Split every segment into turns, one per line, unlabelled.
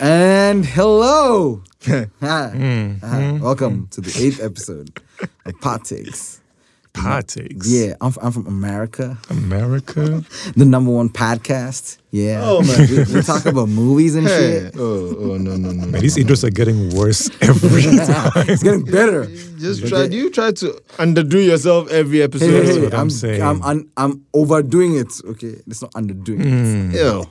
And hello! Ha.
Mm-hmm.
Ah, Welcome to the eighth episode of Pot Takes.
Politics.
Yeah, I'm, f- I'm from America,
America.
the number one podcast. Yeah.
Oh, man.
We, we talk about movies and
Hey.
shit.
Oh, oh, no, no, no.
Man, these intros are getting worse every time.
It's getting better.
Just try. You try to underdo yourself every
Hey, hey,
episode.
hey,
what I'm
I'm,
saying.
I'm, un- I'm overdoing it. Okay, it's not underdoing
Mm.
Ew.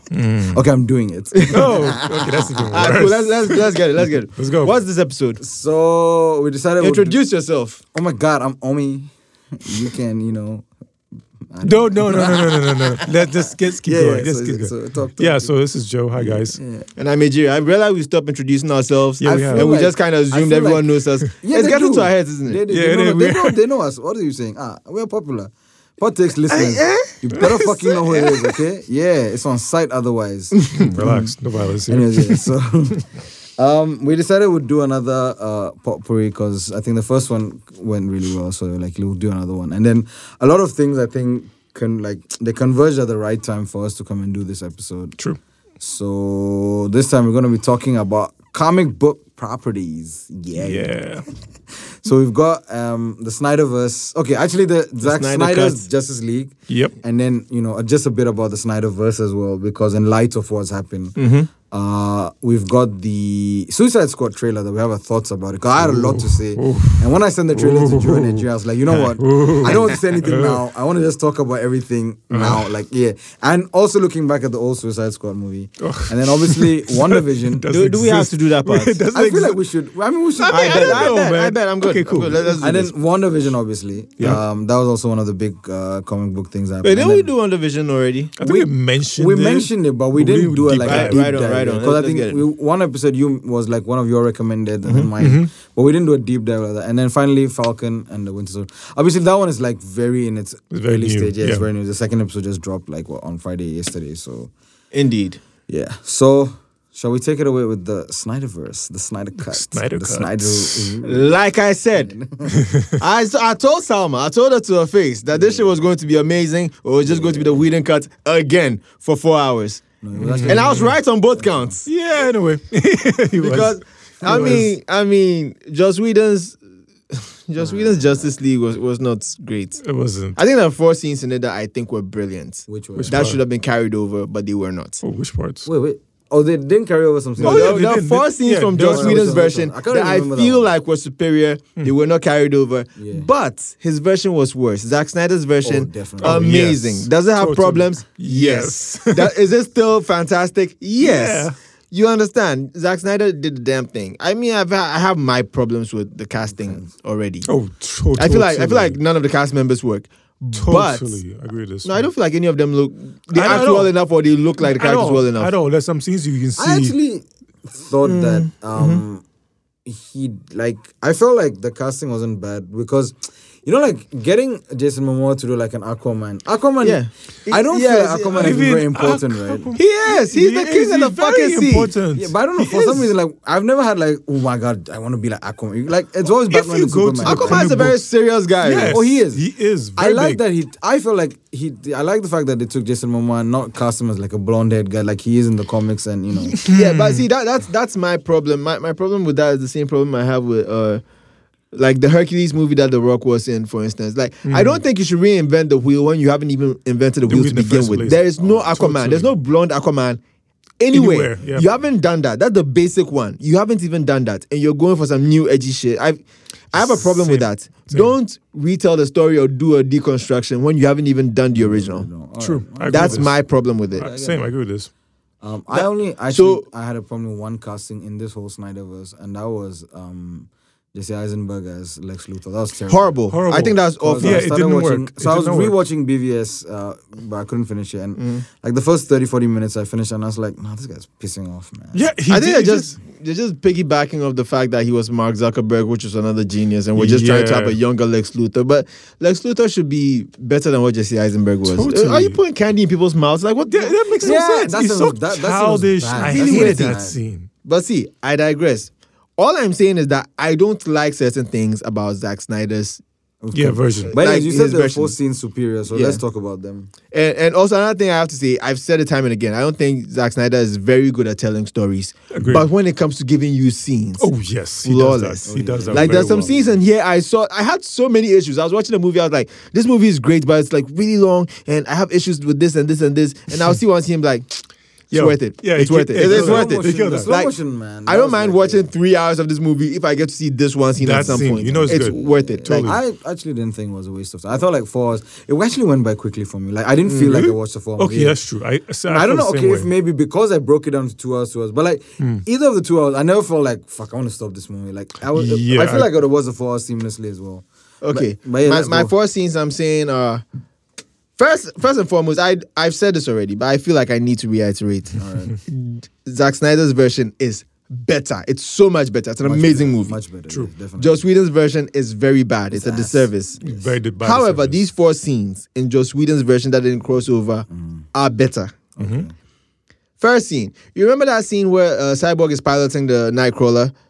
it. Okay, I'm doing it.
Oh, okay, that's even
Ah, cool.
worse.
Let's, let's, let's get it. Let's get it.
Let's go.
What's this episode?
so we decided. we'll do-
Introduce yourself.
oh my God, I'm Omi. You can, you know.
No, no, no, no, no, no, no, no. Let's just get, keep
Yeah, yeah,
going. Just
so-
keep going.
so Mm-hmm. talk- talk-
yeah, so this is Joe. Hi, guys.
And I'm Nigeria. I realize we stopped introducing ourselves.
Yeah, we
and
have.
we
Like-
just kind
I
of assumed
feel
everyone
like-
knows us. it's
they
getting
do.
to our heads, isn't
They,
it?
do.
Yeah,
they, know,
they-
they, know, they know us. What are you saying? Ah, we're popular. Politics listeners. You better fucking know who it is, okay? Yeah, it's on site otherwise.
Relax. No violence here.
Anyways, yeah, so um, we decided we'd do another uh, potpourri because I think the first one went really well. So like we'll do another one, and then a lot of things I think can like they converged at the right time for us to come and do this episode.
True.
So this time we're gonna be talking about comic book properties. Yeah.
Yeah.
So we've got um, the Snyderverse. Okay, actually the, Zack
Snyder
Snyder's
Cut.
Justice League.
Yep.
And then you know just a bit about the Snyderverse as well because in light of what's happened,
Mm-hmm.
uh, we've got the Suicide Squad trailer that we have our thoughts about it. Cause I had a lot to say, and when I sent the trailer to Joe and Nigeria, I was like, you know what? I don't want to say anything now. I want to just talk about everything
Uh-huh.
now. Like yeah, and also looking back at the old Suicide Squad movie, and then obviously WandaVision.
Doesn't
Do, do we have
exist.
to do that part?
It doesn't
I feel
exist.
like we should. I mean, we should.
I,
I
bet,
don't
I,
know,
bet, I
man.
bet. I'm good.
Okay, cool.
I'm good. Let- let's do
And then
this.
WandaVision, obviously.
Yeah.
Um, that was also one of the big uh, comic book things that happened.
Wait, didn't
And
we
then-
do on the vision already?
I think we, mentioned
we
it.
mentioned it, but we didn't do it like
dive.
a
Right,
deep
right on,
dive.
right on.
Because I
Let's
think
get it.
we, one episode you was like one of your recommended, and then mine.
Mm-hmm.
But we didn't do a deep dive like that. And then finally, Falcon and the Winter Soldier. Obviously, that one is like very in its,
It's very
early
new,
stage. Yeah, it's
yeah.
very new. The second episode just dropped like what, on Friday yesterday. So
Indeed.
yeah. So shall we take it away with the Snyderverse, the Snyder cut,
Snyder
the
Cut.
Snyder?
Like I said, I, s- I told Salma, I told her to her face that this shit was going to be amazing or it was just going to be the Whedon cut again for four hours. And I was right on both counts.
Yeah, anyway.
Because, I mean, I mean, Joss Whedon's, Joss Whedon's Justice League was, was not great.
it wasn't.
I think there are four scenes in it that I think were brilliant.
Which one?
that should have been carried over, but they were not.
Oh, which parts?
Wait, wait. Oh, they didn't carry over some.
Oh,
yeah,
there,
they
there are
did.
four
They-
scenes
yeah,
from
there
Joss
was-
Whedon's
there was
version
one. I
that
can't
I
remember that
feel
one.
like was superior. They
Hmm.
were not carried over,
Yeah.
but his version was worse. Zack Snyder's version,
definitely. Oh,
amazing.
yes.
Does it have
Totally.
problems?
Yes.
that, is it still fantastic? Yes.
Yeah.
You understand? Zack Snyder did the damn thing. I mean, I've, I have my problems with the casting already.
Oh, totally.
I feel like I feel like none of the cast members work. But
totally agree with this.
no, I don't feel like any of them look. They
I- I
act
don't-
well enough, or they look like the
At
characters
all,
well enough.
At all. There's some scenes you can see. mm-hmm,
I actually thought that um he like I felt like the casting wasn't bad because you know like getting Jason Momoa to do like an Aquaman. Aquaman
Yeah.
I don't
Yes,
feel like Aquaman is
even
very important,
Aquaman-
right?
He is. He's the
Yes,
king of the
he's
fucking
very
sea.
important.
Yeah, but I don't know. For some reason, like I've never had like, oh my god, I want to be like Aquaman. Like it's always Batman
you
and
go to
Superman.
the
right?
comic
Aquaman's a very serious guy.
Yes.
Oh, he is.
He is.
I
Very big.
like that he. I feel like he. I like the fact that they took Jason Momoa, and not cast him as like a blonde-haired guy, like he is in the comics, and you know.
Yeah,
Mm.
but see that that's that's my problem. My my problem with that is the same problem I have with uh like the Hercules movie that The Rock was in, for instance. Like I don't think you should reinvent the wheel when you haven't even invented the
The
wheel
wheel
to
in Mm. the
begin
first
with.
place. Oh,
There is no Aquaman.
totally.
There's no blonde Aquaman. Anywhere,
Anywhere, yeah.
you haven't done that. That's the basic one. You haven't even done that, and you're going for some new edgy shit. I, I have a problem with
Same.
that. Don't retell the story or do a deconstruction when you haven't even done the original.
True. I agree
That's
with this.
my problem with it.
Uh, Same. I agree with this.
Um, I only actually
so-
I had a problem with one casting in this whole Snyderverse, and that was um, Jesse Eisenberg as Lex Luthor. That was terrible.
Horrible.
Horrible.
I think that's
'Cause
awful.
I
Yeah, it
started
didn't
watching-
work.
So
It
I was
did not work. Mm-hmm.
rewatching BVS, uh, but I couldn't finish it. And like the first 30, 40 minutes, I finished, and I was like, "Nah, this guy's pissing off, man."
Yeah. He
I think
did,
they're
he
just they're just piggybacking of the fact that he was Mark Zuckerberg, which is another genius, and we're just trying to
Yeah.
have a younger Lex Luthor. But Lex Luthor should be better than what Jesse Eisenberg was.
Totally.
Are you putting candy in people's mouths? Like what?
Yeah, that makes
Yeah,
no sense.
that
He's so
seems- that- that seems
childish.
bad.
I
That seems
hated
bad.
that scene.
But see, I digress. All I'm saying is that I don't like certain things about Zack Snyder's
Of
Yeah,
course.
version.
But anyways,
Like,
you
his
said there were
version.
four scenes superior, so
Yeah.
let's talk about them.
And, and also another thing I have to say, I've said it time and again. I don't think Zack Snyder is very good at telling stories,
Agreed.
but when it comes to giving you scenes,
Oh yes, he
flawless.
does that. He does that.
Like
very
there's some
well.
scenes in here I saw I had so many issues. I was watching the movie, I was like, this movie is great, but it's like really long and I have issues with this and this and this. And I'll see one scene like it's
Yo,
worth it.
yeah,
it's
he
worth it.
killed
It
it.
is
Slow
worth
motion,
He killed
the
that.
slow
Like,
motion, man.
I
That
don't
was
mind
like-
watching three hours of this movie if I get to see this one scene
That
at some
scene,
point.
you know it's good.
worth it.
Totally.
Like,
I actually didn't think it was a waste of time. I thought like four hours. It actually went by quickly for me. Like I didn't feel like I watched the four. hours.
Mm-hmm. Okay,
Yeah.
that's true. I, so I,
I don't know.
feel the
Okay,
same
if
way. Hmm.
maybe because I broke it down to two hours, two hours. But like either of the two hours, I never felt like fuck. I want to stop this movie. Like I was.
Yeah,
I feel
I-
like it was a four hours seamlessly as well.
okay.
But- but yeah,
my
let's
my
go.
four scenes I'm saying are First, first and foremost, I I've said this already, but I feel like I need to reiterate. Zack Snyder's version is better. It's so much better. It's an
Much
amazing
better,
movie.
Much better.
True.
yeah, definitely.
Joss Whedon's version is very bad. It's, a
ass.
disservice.
Very good by
However,
the
these four scenes in Joss Whedon's version that didn't cross over
Mm-hmm.
are better. First scene. You remember that scene where uh, Cyborg is piloting the Nightcrawler?
service.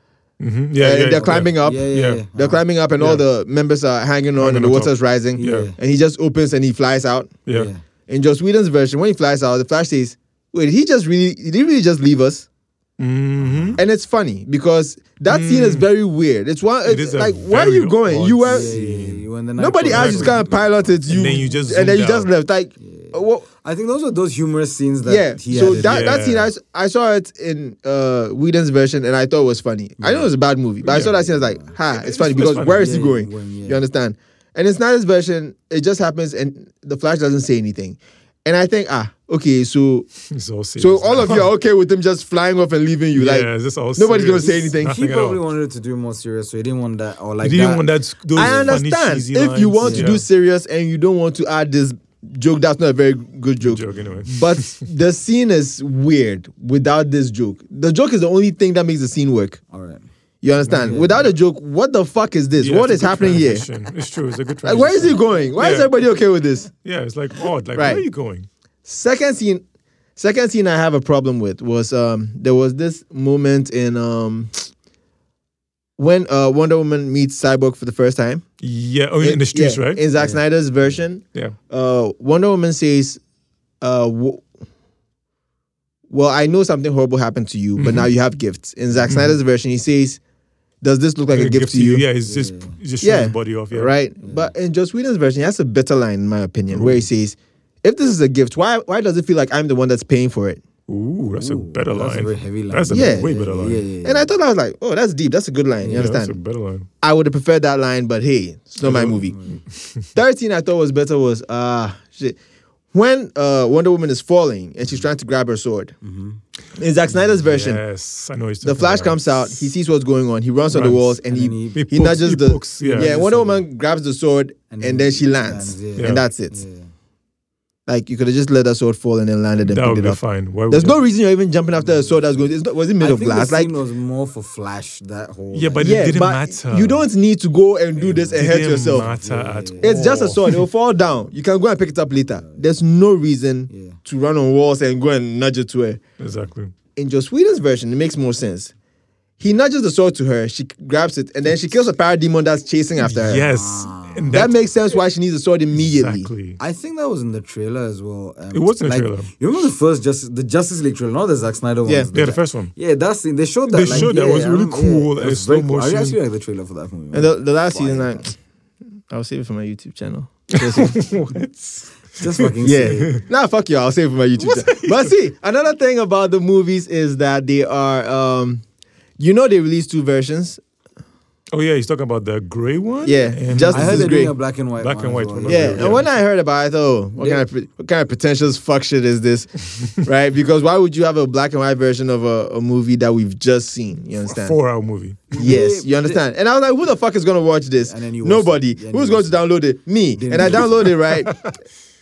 Mhm. yeah,
and
yeah,
they're
yeah.
climbing up.
Yeah, yeah,
Yeah.
yeah.
They're climbing up, and all
Yeah.
the members are hanging on,
Hanging
and the
on
water's rising.
Yeah.
Yeah.
And he just opens and he flies out.
Yeah.
Yeah.
In Joss Whedon's version, when he flies out, the Flash says, "Wait, he just really did he really just leave us?"
hmm
And it's funny because that scene is very weird. It's one.
Mm. It
it's
is a
like, where are
very
you going?
odd
You were.
Yeah, yeah, yeah, you were in the
Nobody
nightclub.
asked you to kind of pilot it. You
then you just
and then
zoomed
you just
out.
left. Like, uh, what?
I think those were those humorous scenes that
yeah.
he
So
added.
that that
Yeah.
scene, I, s- I saw it in uh Whedon's version, and I thought it was funny. I know it was a bad movie, but I saw
Yeah.
that scene. I was like, ha, it's,
it's
funny
funny.
because
It's
where is
funny.
he
Yeah,
going?
yeah, when- yeah.
You understand? And in Snyder's version, it just happens, and the Flash doesn't say anything. And I think, ah, okay, so
It's all serious.
so all of you are okay with him just flying off and leaving you,
yeah,
like.
is this all
nobody's gonna
serious?
say anything.
Nothing
he
at
probably
all.
wanted to do more serious, so he didn't want that or like
You didn't
that.
want that. Those
I
Funny,
understand
cheesy
if you
lines.
want
yeah.
to do serious and you don't want to add this joke. That's not a very good joke.
joke anyway.
But the scene is weird without this joke. The joke is the only thing that makes the scene work.
All right.
You understand? Without a joke, what the fuck is this?
Yeah,
what
it's
is
a good
happening here?
transition. It's true. It's a good
Like,
transition.
where is he going? Why is
Yeah.
everybody okay with this?
Yeah, it's like odd. Like,
Right.
where are you going?
Second scene, second scene I have a problem with was um there was this moment in um when uh Wonder Woman meets Cyborg for the first time
Yeah, oh, in, the streets,
yeah,
right?
In Zack Snyder's version,
yeah.
uh, Wonder Woman says, uh, w- "Well, I know something horrible happened to you, but now you have gifts." In Zack Snyder's version, he says, "Does this look Mm-hmm. like, a, gift, to you?"
Yeah, he's just he's just showing
Yeah,
his body off. Yeah,
right. But in Joss Whedon's version, he has a better line, in my opinion, where he says, "If this is a gift, why why does it feel like I'm the one that's paying for it?"
Ooh, that's a
Ooh,
better line.
That's a very heavy line.
That's a
Yeah.
way better line.
Yeah,
Yeah,
yeah, yeah.
And I thought I was like, "Oh, that's deep. That's a good line." You
that's
understand?
a better line.
I would have preferred that line, but hey, it's not my movie. 13 I thought was better was ah shit. When uh, Wonder Woman is falling and she's trying to grab her sword. In Zack Snyder's version,
Yes, I know. He's
the Flash comes out, he sees what's going on, he runs, on the
Runs.
walls and,
And
he,
then
he,
he-
He pokes-
nudges
he
the
pokes, yeah.
yeah,
Yeah,
Wonder
so-
Woman grabs the sword and, then she lands.
lands, yeah.
And that's it.
Yeah.
Like you could have just let that sword fall and then landed and
That
picked
would
it
be
up.
fine. Why would
There's
they-
no reason you're even jumping after a sword that's going it's not, was it made
I
of
think
glass?
the
Like
scene was more for Flash. That whole
Yeah,
like,
but it
yeah,
didn't
but
matter.
you don't need to go and do this and hurt
Didn't
yourself.
Matter at
It's just a
Oh.
all.
sword. It'll fall down. You can go and pick it up later. There's no reason
Yeah.
to run on walls and go and nudge it to her.
Exactly.
In Joss Whedon's version, it makes more sense. He nudges the sword to her. She grabs it, and then she kills a parademon that's chasing after her.
Yes,
Ah.
and
that
that,
makes sense. Why she needs the sword immediately?
exactly.
I think that was in the trailer as well. Um,
It was in the
like,
trailer.
You remember the first Justice, the Justice League trailer, not the Zack Snyder one.
Yeah.
Yeah, the first one.
Yeah, that scene they showed that.
They
like,
showed
yeah,
that. It was
I
really
remember-
cool
it
and
was
slow
very cool.
motion.
I actually like the trailer for that movie. man.
And the, the last
Fire.
season, I, I'll save it for my YouTube channel.
Just fucking say
yeah, nah, fuck you. I'll save it for my YouTube channel. But see, another thing about the movies is that they are, um, you know, they released two versions.
Oh yeah, he's talking about the gray one.
Yeah,
and
just-
I
This
heard
is
they're doing
great.
a black and white.
Black
one
and
as
white
well,
one,
Yeah,
Yeah.
and when I heard about it, I thought, oh, what
Yeah.
kind of pre- what kind of pretentious fuck shit is this, right? Because why would you have a black and white version of a, a movie that we've just seen? You understand?
four-hour movie.
Yes, you understand. And I was like, who the fuck is gonna watch this?
And then you watched
Nobody.
it. Yeah, and
Who's
you
going to download it? Me.
Didn't
And I
you?
downloaded it, right?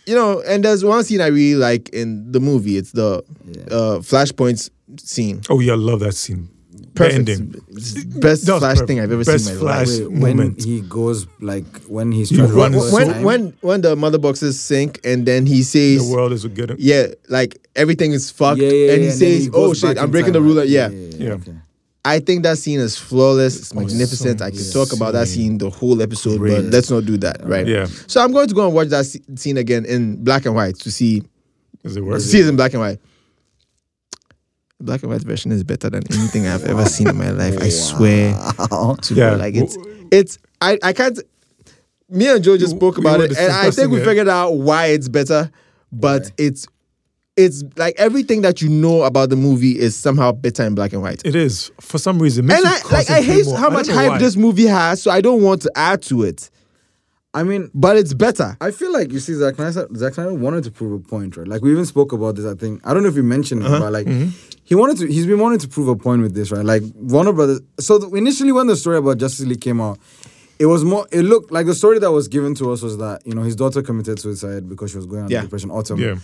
you know, and there's one scene I really like in the movie. It's the
Yeah.
uh, flashpoints scene.
Oh yeah, I love that scene.
Perfect.
The ending.
It's the Best
That was
flash
perfect.
thing I've ever
Best
seen in my
Flash.
life.
Wait, when
moment.
he goes like when he's
You
trying to
run
run
the
first
sword.
When
time.
when when the mother boxes sink and then he says
The world is getting.
yeah, like everything is fucked.
yeah, yeah,
and he
yeah, then
says,
goes
"Oh shit,
back
I'm
in
breaking the
time,
rule."
right?
Yeah.
yeah, Oh,
Yeah.
okay.
I think that scene is flawless. It's magnificent.
so
I could talk about that scene the whole episode, but let's not do that, right?
Yeah.
So I'm going to go and watch that sce- scene again in black and white to see
Is it worth
See it in black and white. Black and white version is better than anything I've ever seen in my life. I swear to
Yeah.
God, like it's it's I I can't. Me and Joe just
You-
spoke
you
about
were
it, and I think
discussing
we
it.
figured out why it's better. But it's it's like everything that you know about the movie is somehow better in black and white.
It is for some reason. Makes
and
you
I like I
concentrate
hate
more. I
how
don't
much
know
hype
why.
this movie has, so I don't want to add to it.
I mean,
But it's better.
I feel like you see, Zack Snyder, Zack Snyder wanted to prove a point, right? Like we even spoke about this. I think I don't know if you mentioned it, but like he wanted to. He's been wanting to prove a point with this, right? Like Warner Brothers. So th- initially, when the story about Justice League came out, it was more. It looked like the story that was given to us was that you know his daughter committed suicide because she was going under
Yeah.
depression, autumn,
Yeah.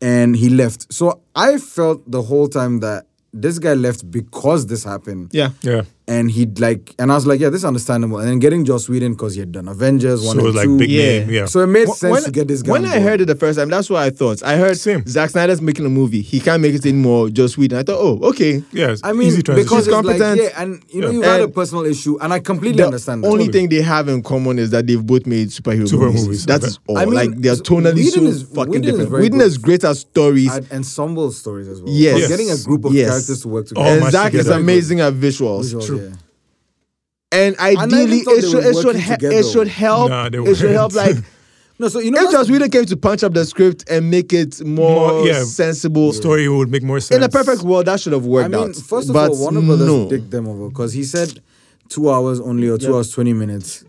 and he left. So I felt the whole time that this guy left because this happened
Yeah.
Yeah.
and he'd like, and I was like, yeah, this is understandable. And then getting Joss Whedon because he had done Avengers one
So
and
like
two.
big
Yeah.
name. Yeah.
So it made
Wh-
sense to get this guy.
When
on
I
board.
heard it the first time, that's what I thought. I heard
Same.
Zack Snyder's making a movie. He can't make it anymore. Just Whedon. I thought, oh, okay.
yeah. it's
I mean,
easy transition.
because it's like,
Competent.
yeah, and you know,
Yeah.
you had a
And-
personal issue, and I completely
The
understand that.
only thing they have in common is that they've both made superhero,
Superhero
movies.
movies,
That
okay.
is all.
I mean,
like they're tonally
Whedon
so
is-
fucking
Whedon is
different.
very
Whedden
good.
has great at stories,
And ensemble stories as well.
Yes.
Because Getting a group of
Yes.
characters to work
all
together.
and
mashed
Zack is
together.
amazing at visuals.
Visuals,
true.
yeah.
And
even
ideally,
thought
it
they
should
were
it should
working
he-
together.
it should help.
Nah, they
it should help. Like
weren't.
No, so you know,
if
that's-
Joss Whedon came to punch up the script and make it more,
More, yeah,
sensible.
story would make more sense.
In a perfect world, that should have
I
worked
mean,
out.
first of
but
all, Warner Brothers
no.
dicked them over because he said two hours only or two
Yeah.
hours twenty minutes,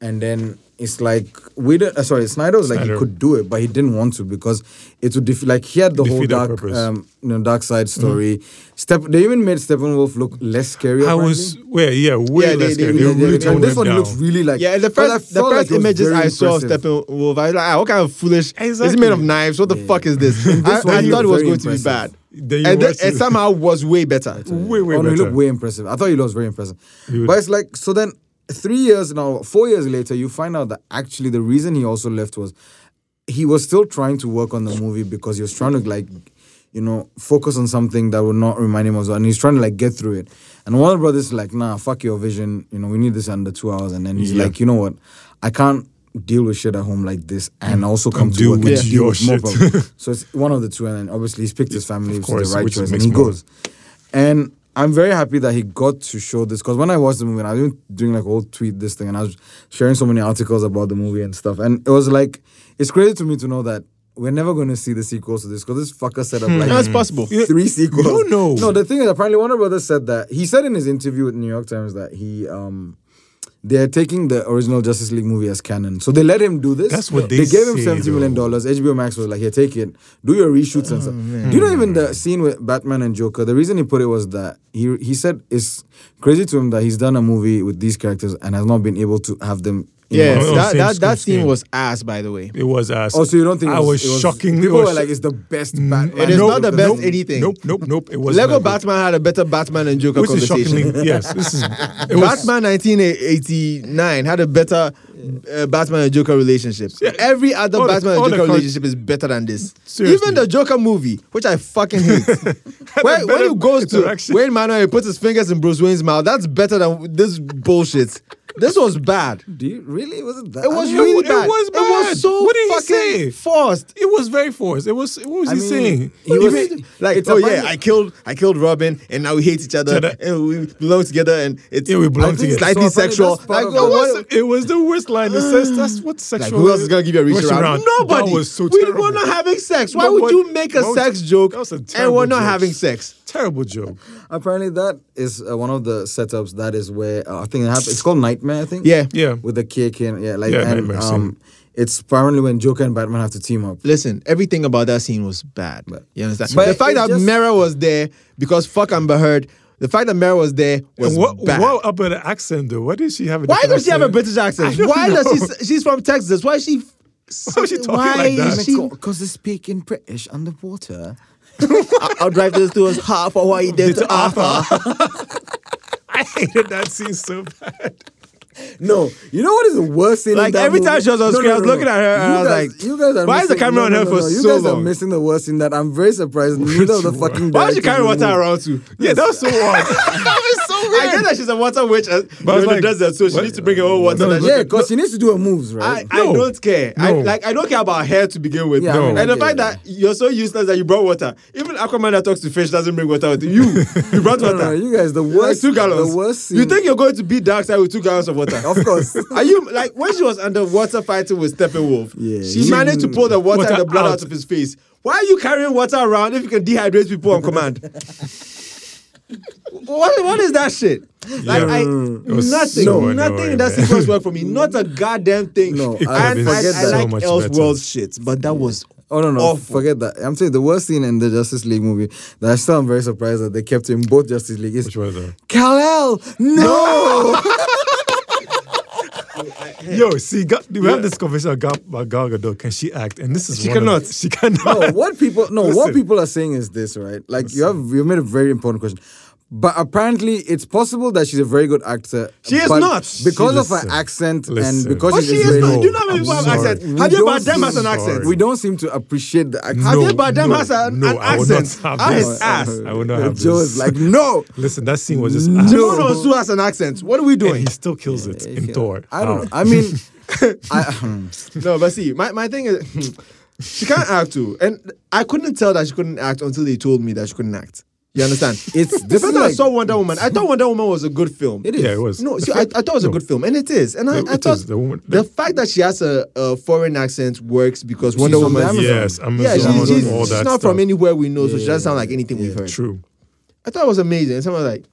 and then it's like we don't. Uh, sorry, Snyder was like
Snyder.
he could do it, but he didn't want to because it would def- like he had the whole
Defeat the
dark,
purpose. Mm-hmm.
um, you know, dark side story. Step. They even made Steppenwolf look less scary.
I
apparently.
was, well, yeah, way
Yeah, they-
less
they-
scary.
they-
They
And
really toned
this
them
one
down.
looks really like
Yeah, the
but I
first the
felt
first
like it was
images
very
I saw of
impressive.
Steppenwolf, I was like, ah, what kind of foolish? Is it
Exactly.
made of knives? What the fuck is this? I,
this one,
I
he
thought it
was
was
very
going
impressive.
to be bad,
Then you
and, then,
watch
and
it.
somehow was way better.
way, way
oh, no,
better.
he looked way impressive. I thought he looked very impressive. But it's like so then three years now, four years later, you find out that actually the reason he also left was he was still trying to work on the movie because he was trying to like you know focus on something that would not remind him of and he's trying to like get through it and Warner Brothers is like nah fuck your vision you know we need this under two hours and then he's
Yeah.
like you know what I can't deal with shit at home like this and also come to
Mm. deal
work and
with
deal
your
with more
shit.
problems so it's one of the two, and then obviously he's picked his family, which is
course,
the right
which
choice, and
makes
he
more-
goes. And I'm very happy that he got to show this because when I watched the movie, and I was doing like a whole tweet this thing, and I was sharing so many articles about the movie and stuff, and it was like it's crazy to me to know that we're never going to see the sequels to this because this fucker set
Hmm.
up like
That's possible.
three sequels.
You don't know.
No, the thing is, apparently Warner Brothers said that he said in his interview with New York Times that he um. They're taking the original Justice League movie as canon, so they let him do this.
That's what they
gave him
say,
seventy million
though.
dollars. HBO Max was like, "Here, take it. Do your reshoots
Oh,
and stuff." Do you know even the scene with Batman and Joker? The reason he put it was that he he said it's crazy to him that he's done a movie with these characters and has not been able to have them. in
Yeah,
one-
on
that
same
that, that
screen.
scene was ass, by the way.
It was ass.
Oh, so you don't think?
I
it
was,
it
shockingly
People
was
were like,
shocked.
"It's the best Batman."
Mm, It is
movie
not the
of
best
nope,
anything.
Nope, nope, nope. It was
Lego
not good.
Batman had a better Batman and Joker
which is
conversation.
shockingly yes. This is it was,
Batman 1989 had a better uh, Batman and Joker relationship. Every other
All the-
Batman
all
and
the
Joker
con-
relationship is better than this.
Seriously.
Even the Joker movie, which I fucking hate. when, when
better
it goes to
interaction.
Wayne Manor, he puts his fingers in Bruce Wayne's mouth. That's better than this bullshit. This was bad.
Do you really? Was it that?
It was
I
It
mean,
really
w- it
bad.
was
It
bad.
was so
What did he
fucking
say?
forced.
It was very forced. It was. What was
I
he
mean,
saying?
he was-
Like,
It's
oh
a
yeah,
funny-
I killed, I killed Robin, and now we hate each other,
Together.
and we belong together, and it's
Yeah, we belong
I think
together.
Slightly
So funny,
sexual.
that's part
Like,
of
oh,
it.
what-
was, it was the worst line. It says that's what
Like,
sexual.
who else is gonna give you a reach,
rush
around? Nobody.
That was so
we
terrible.
were not having sex. Why
That
would
was-
you make a
that was-
sex joke
that was a
and we're
terrible
not
joke.
having sex?
terrible joke.
Apparently, that is uh, one of the setups. That is where uh, I think it happened. It's called Nightmare. I think.
Yeah.
Yeah.
With the cake and yeah, like
Yeah,
and,
Nightmare scene.
um, it's apparently when Joker and Batman have to team up.
Listen, everything about that scene was bad. You understand?
But
the fact
it
that
just-
Mera was there because fuck Amber Heard. The fact that Mera was there was
And what,
bad.
what about the accent though? Why did she have a
Why
different
does she have a
accent?
British
I
accent?
don't
Why
know.
does she? She's from Texas. Why is she? Why
is she talking like that?
is she?
Because they speak in British underwater.
I- I'll drive this to us half of what he did to Arthur.
I hated that scene so bad.
no, you know what is the worst thing? in
Like,
that
every time
movie?
she was on screen, I was looking at her and
You
I was
guys-
like,
"You guys are
why is the
missing-
camera on her for
You
so
guys are
long?
missing the worst in that. I'm very surprised. Neither of the
one?
fucking.
Why would you
directors
carry
in the
water
movie-
around too?
Yeah, that was so odd.
so weird. I get that she's a water witch. But
But I was
in
like,
the desert, so she
what-
needs to bring her own water.
No,
that she-
Yeah, because she needs to do her moves,
I,
right?
I
No.
don't care. I,
No.
like I don't care about hair to begin with.
Yeah, I No. mean, I
and the
get
fact
it.
that you're so useless that you brought water. Even Aquaman that talks to fish doesn't bring water with you. You brought
No,
water.
no, no, you guys, the
Like
worst.
two gallons.
The worst. Scene.
You think you're going to beat Darkseid with two gallons of water?
Of course.
Are you like when she was underwater fighting with Steppenwolf?
Yeah,
she
you-
managed to pull the water,
Water
and the blood out.
out.
of his face. Why are you carrying water around if you can dehydrate people on command? what what is that shit? Like
Yeah.
I
It was
nothing,
so annoying,
nothing in that
man.
sequence worked for me. Not a goddamn thing.
No, It could
and
have been
I, I
so
like
much better.
Elseworlds shit, but that was
Oh no no!
awful.
Forget that. I'm saying the worst scene in the Justice League movie that I still am very surprised that they kept in both Justice League is
Which one is that?
Kal El. No,
Yo, see, Ga- we have this conversation about Gal, about Gal Gadot. Can she act? And this is
She
one of-
cannot.
she cannot.
no. What people no.
Listen.
What people are saying is this, right? Like you have you made a very important question, but apparently it's possible that she's a very good actor.
She is
but
not.
Because of
Listen.
her accent
Listen.
and because
But
she's
she is
Israeli,
not. You know how many
I'm
people have
sorry.
accents?
We
Have you
don't
about them
seem-
as an accent?
we don't seem to appreciate the accent.
Javier Bardem
no,
has an-
no,
an
I would not
accent.
have
Ah,
this.
his ass.
I would not have
Joe
this.
is Uh, like no.
Listen, that scene was just.
No,
No,
no, Sue has an accent. What are we doing?
and he still kills it in Thor.
I don't know.
How?
I mean, I,
No, but see, my, my thing is, she can't act too. And I couldn't tell that she couldn't act until they told me that she couldn't act. You understand?
it's
the
this
first
is
time I
like,
saw Wonder Woman, I thought Wonder Woman was a good film.
it is.
Yeah, it was.
No, see, I, I thought it was a
No.
good film, and it is. And I,
It-
I
it
thought
is. The woman-
the fact that she has a, a foreign accent works because Wonder
from
Woman.
Amazon.
Yes, Amazon,
Yeah,
Amazon,
she's, she's,
all
she's
that
not
stuff.
from anywhere we know, so she doesn't sound like anything we've heard.
True.
I thought it was amazing. And someone was like,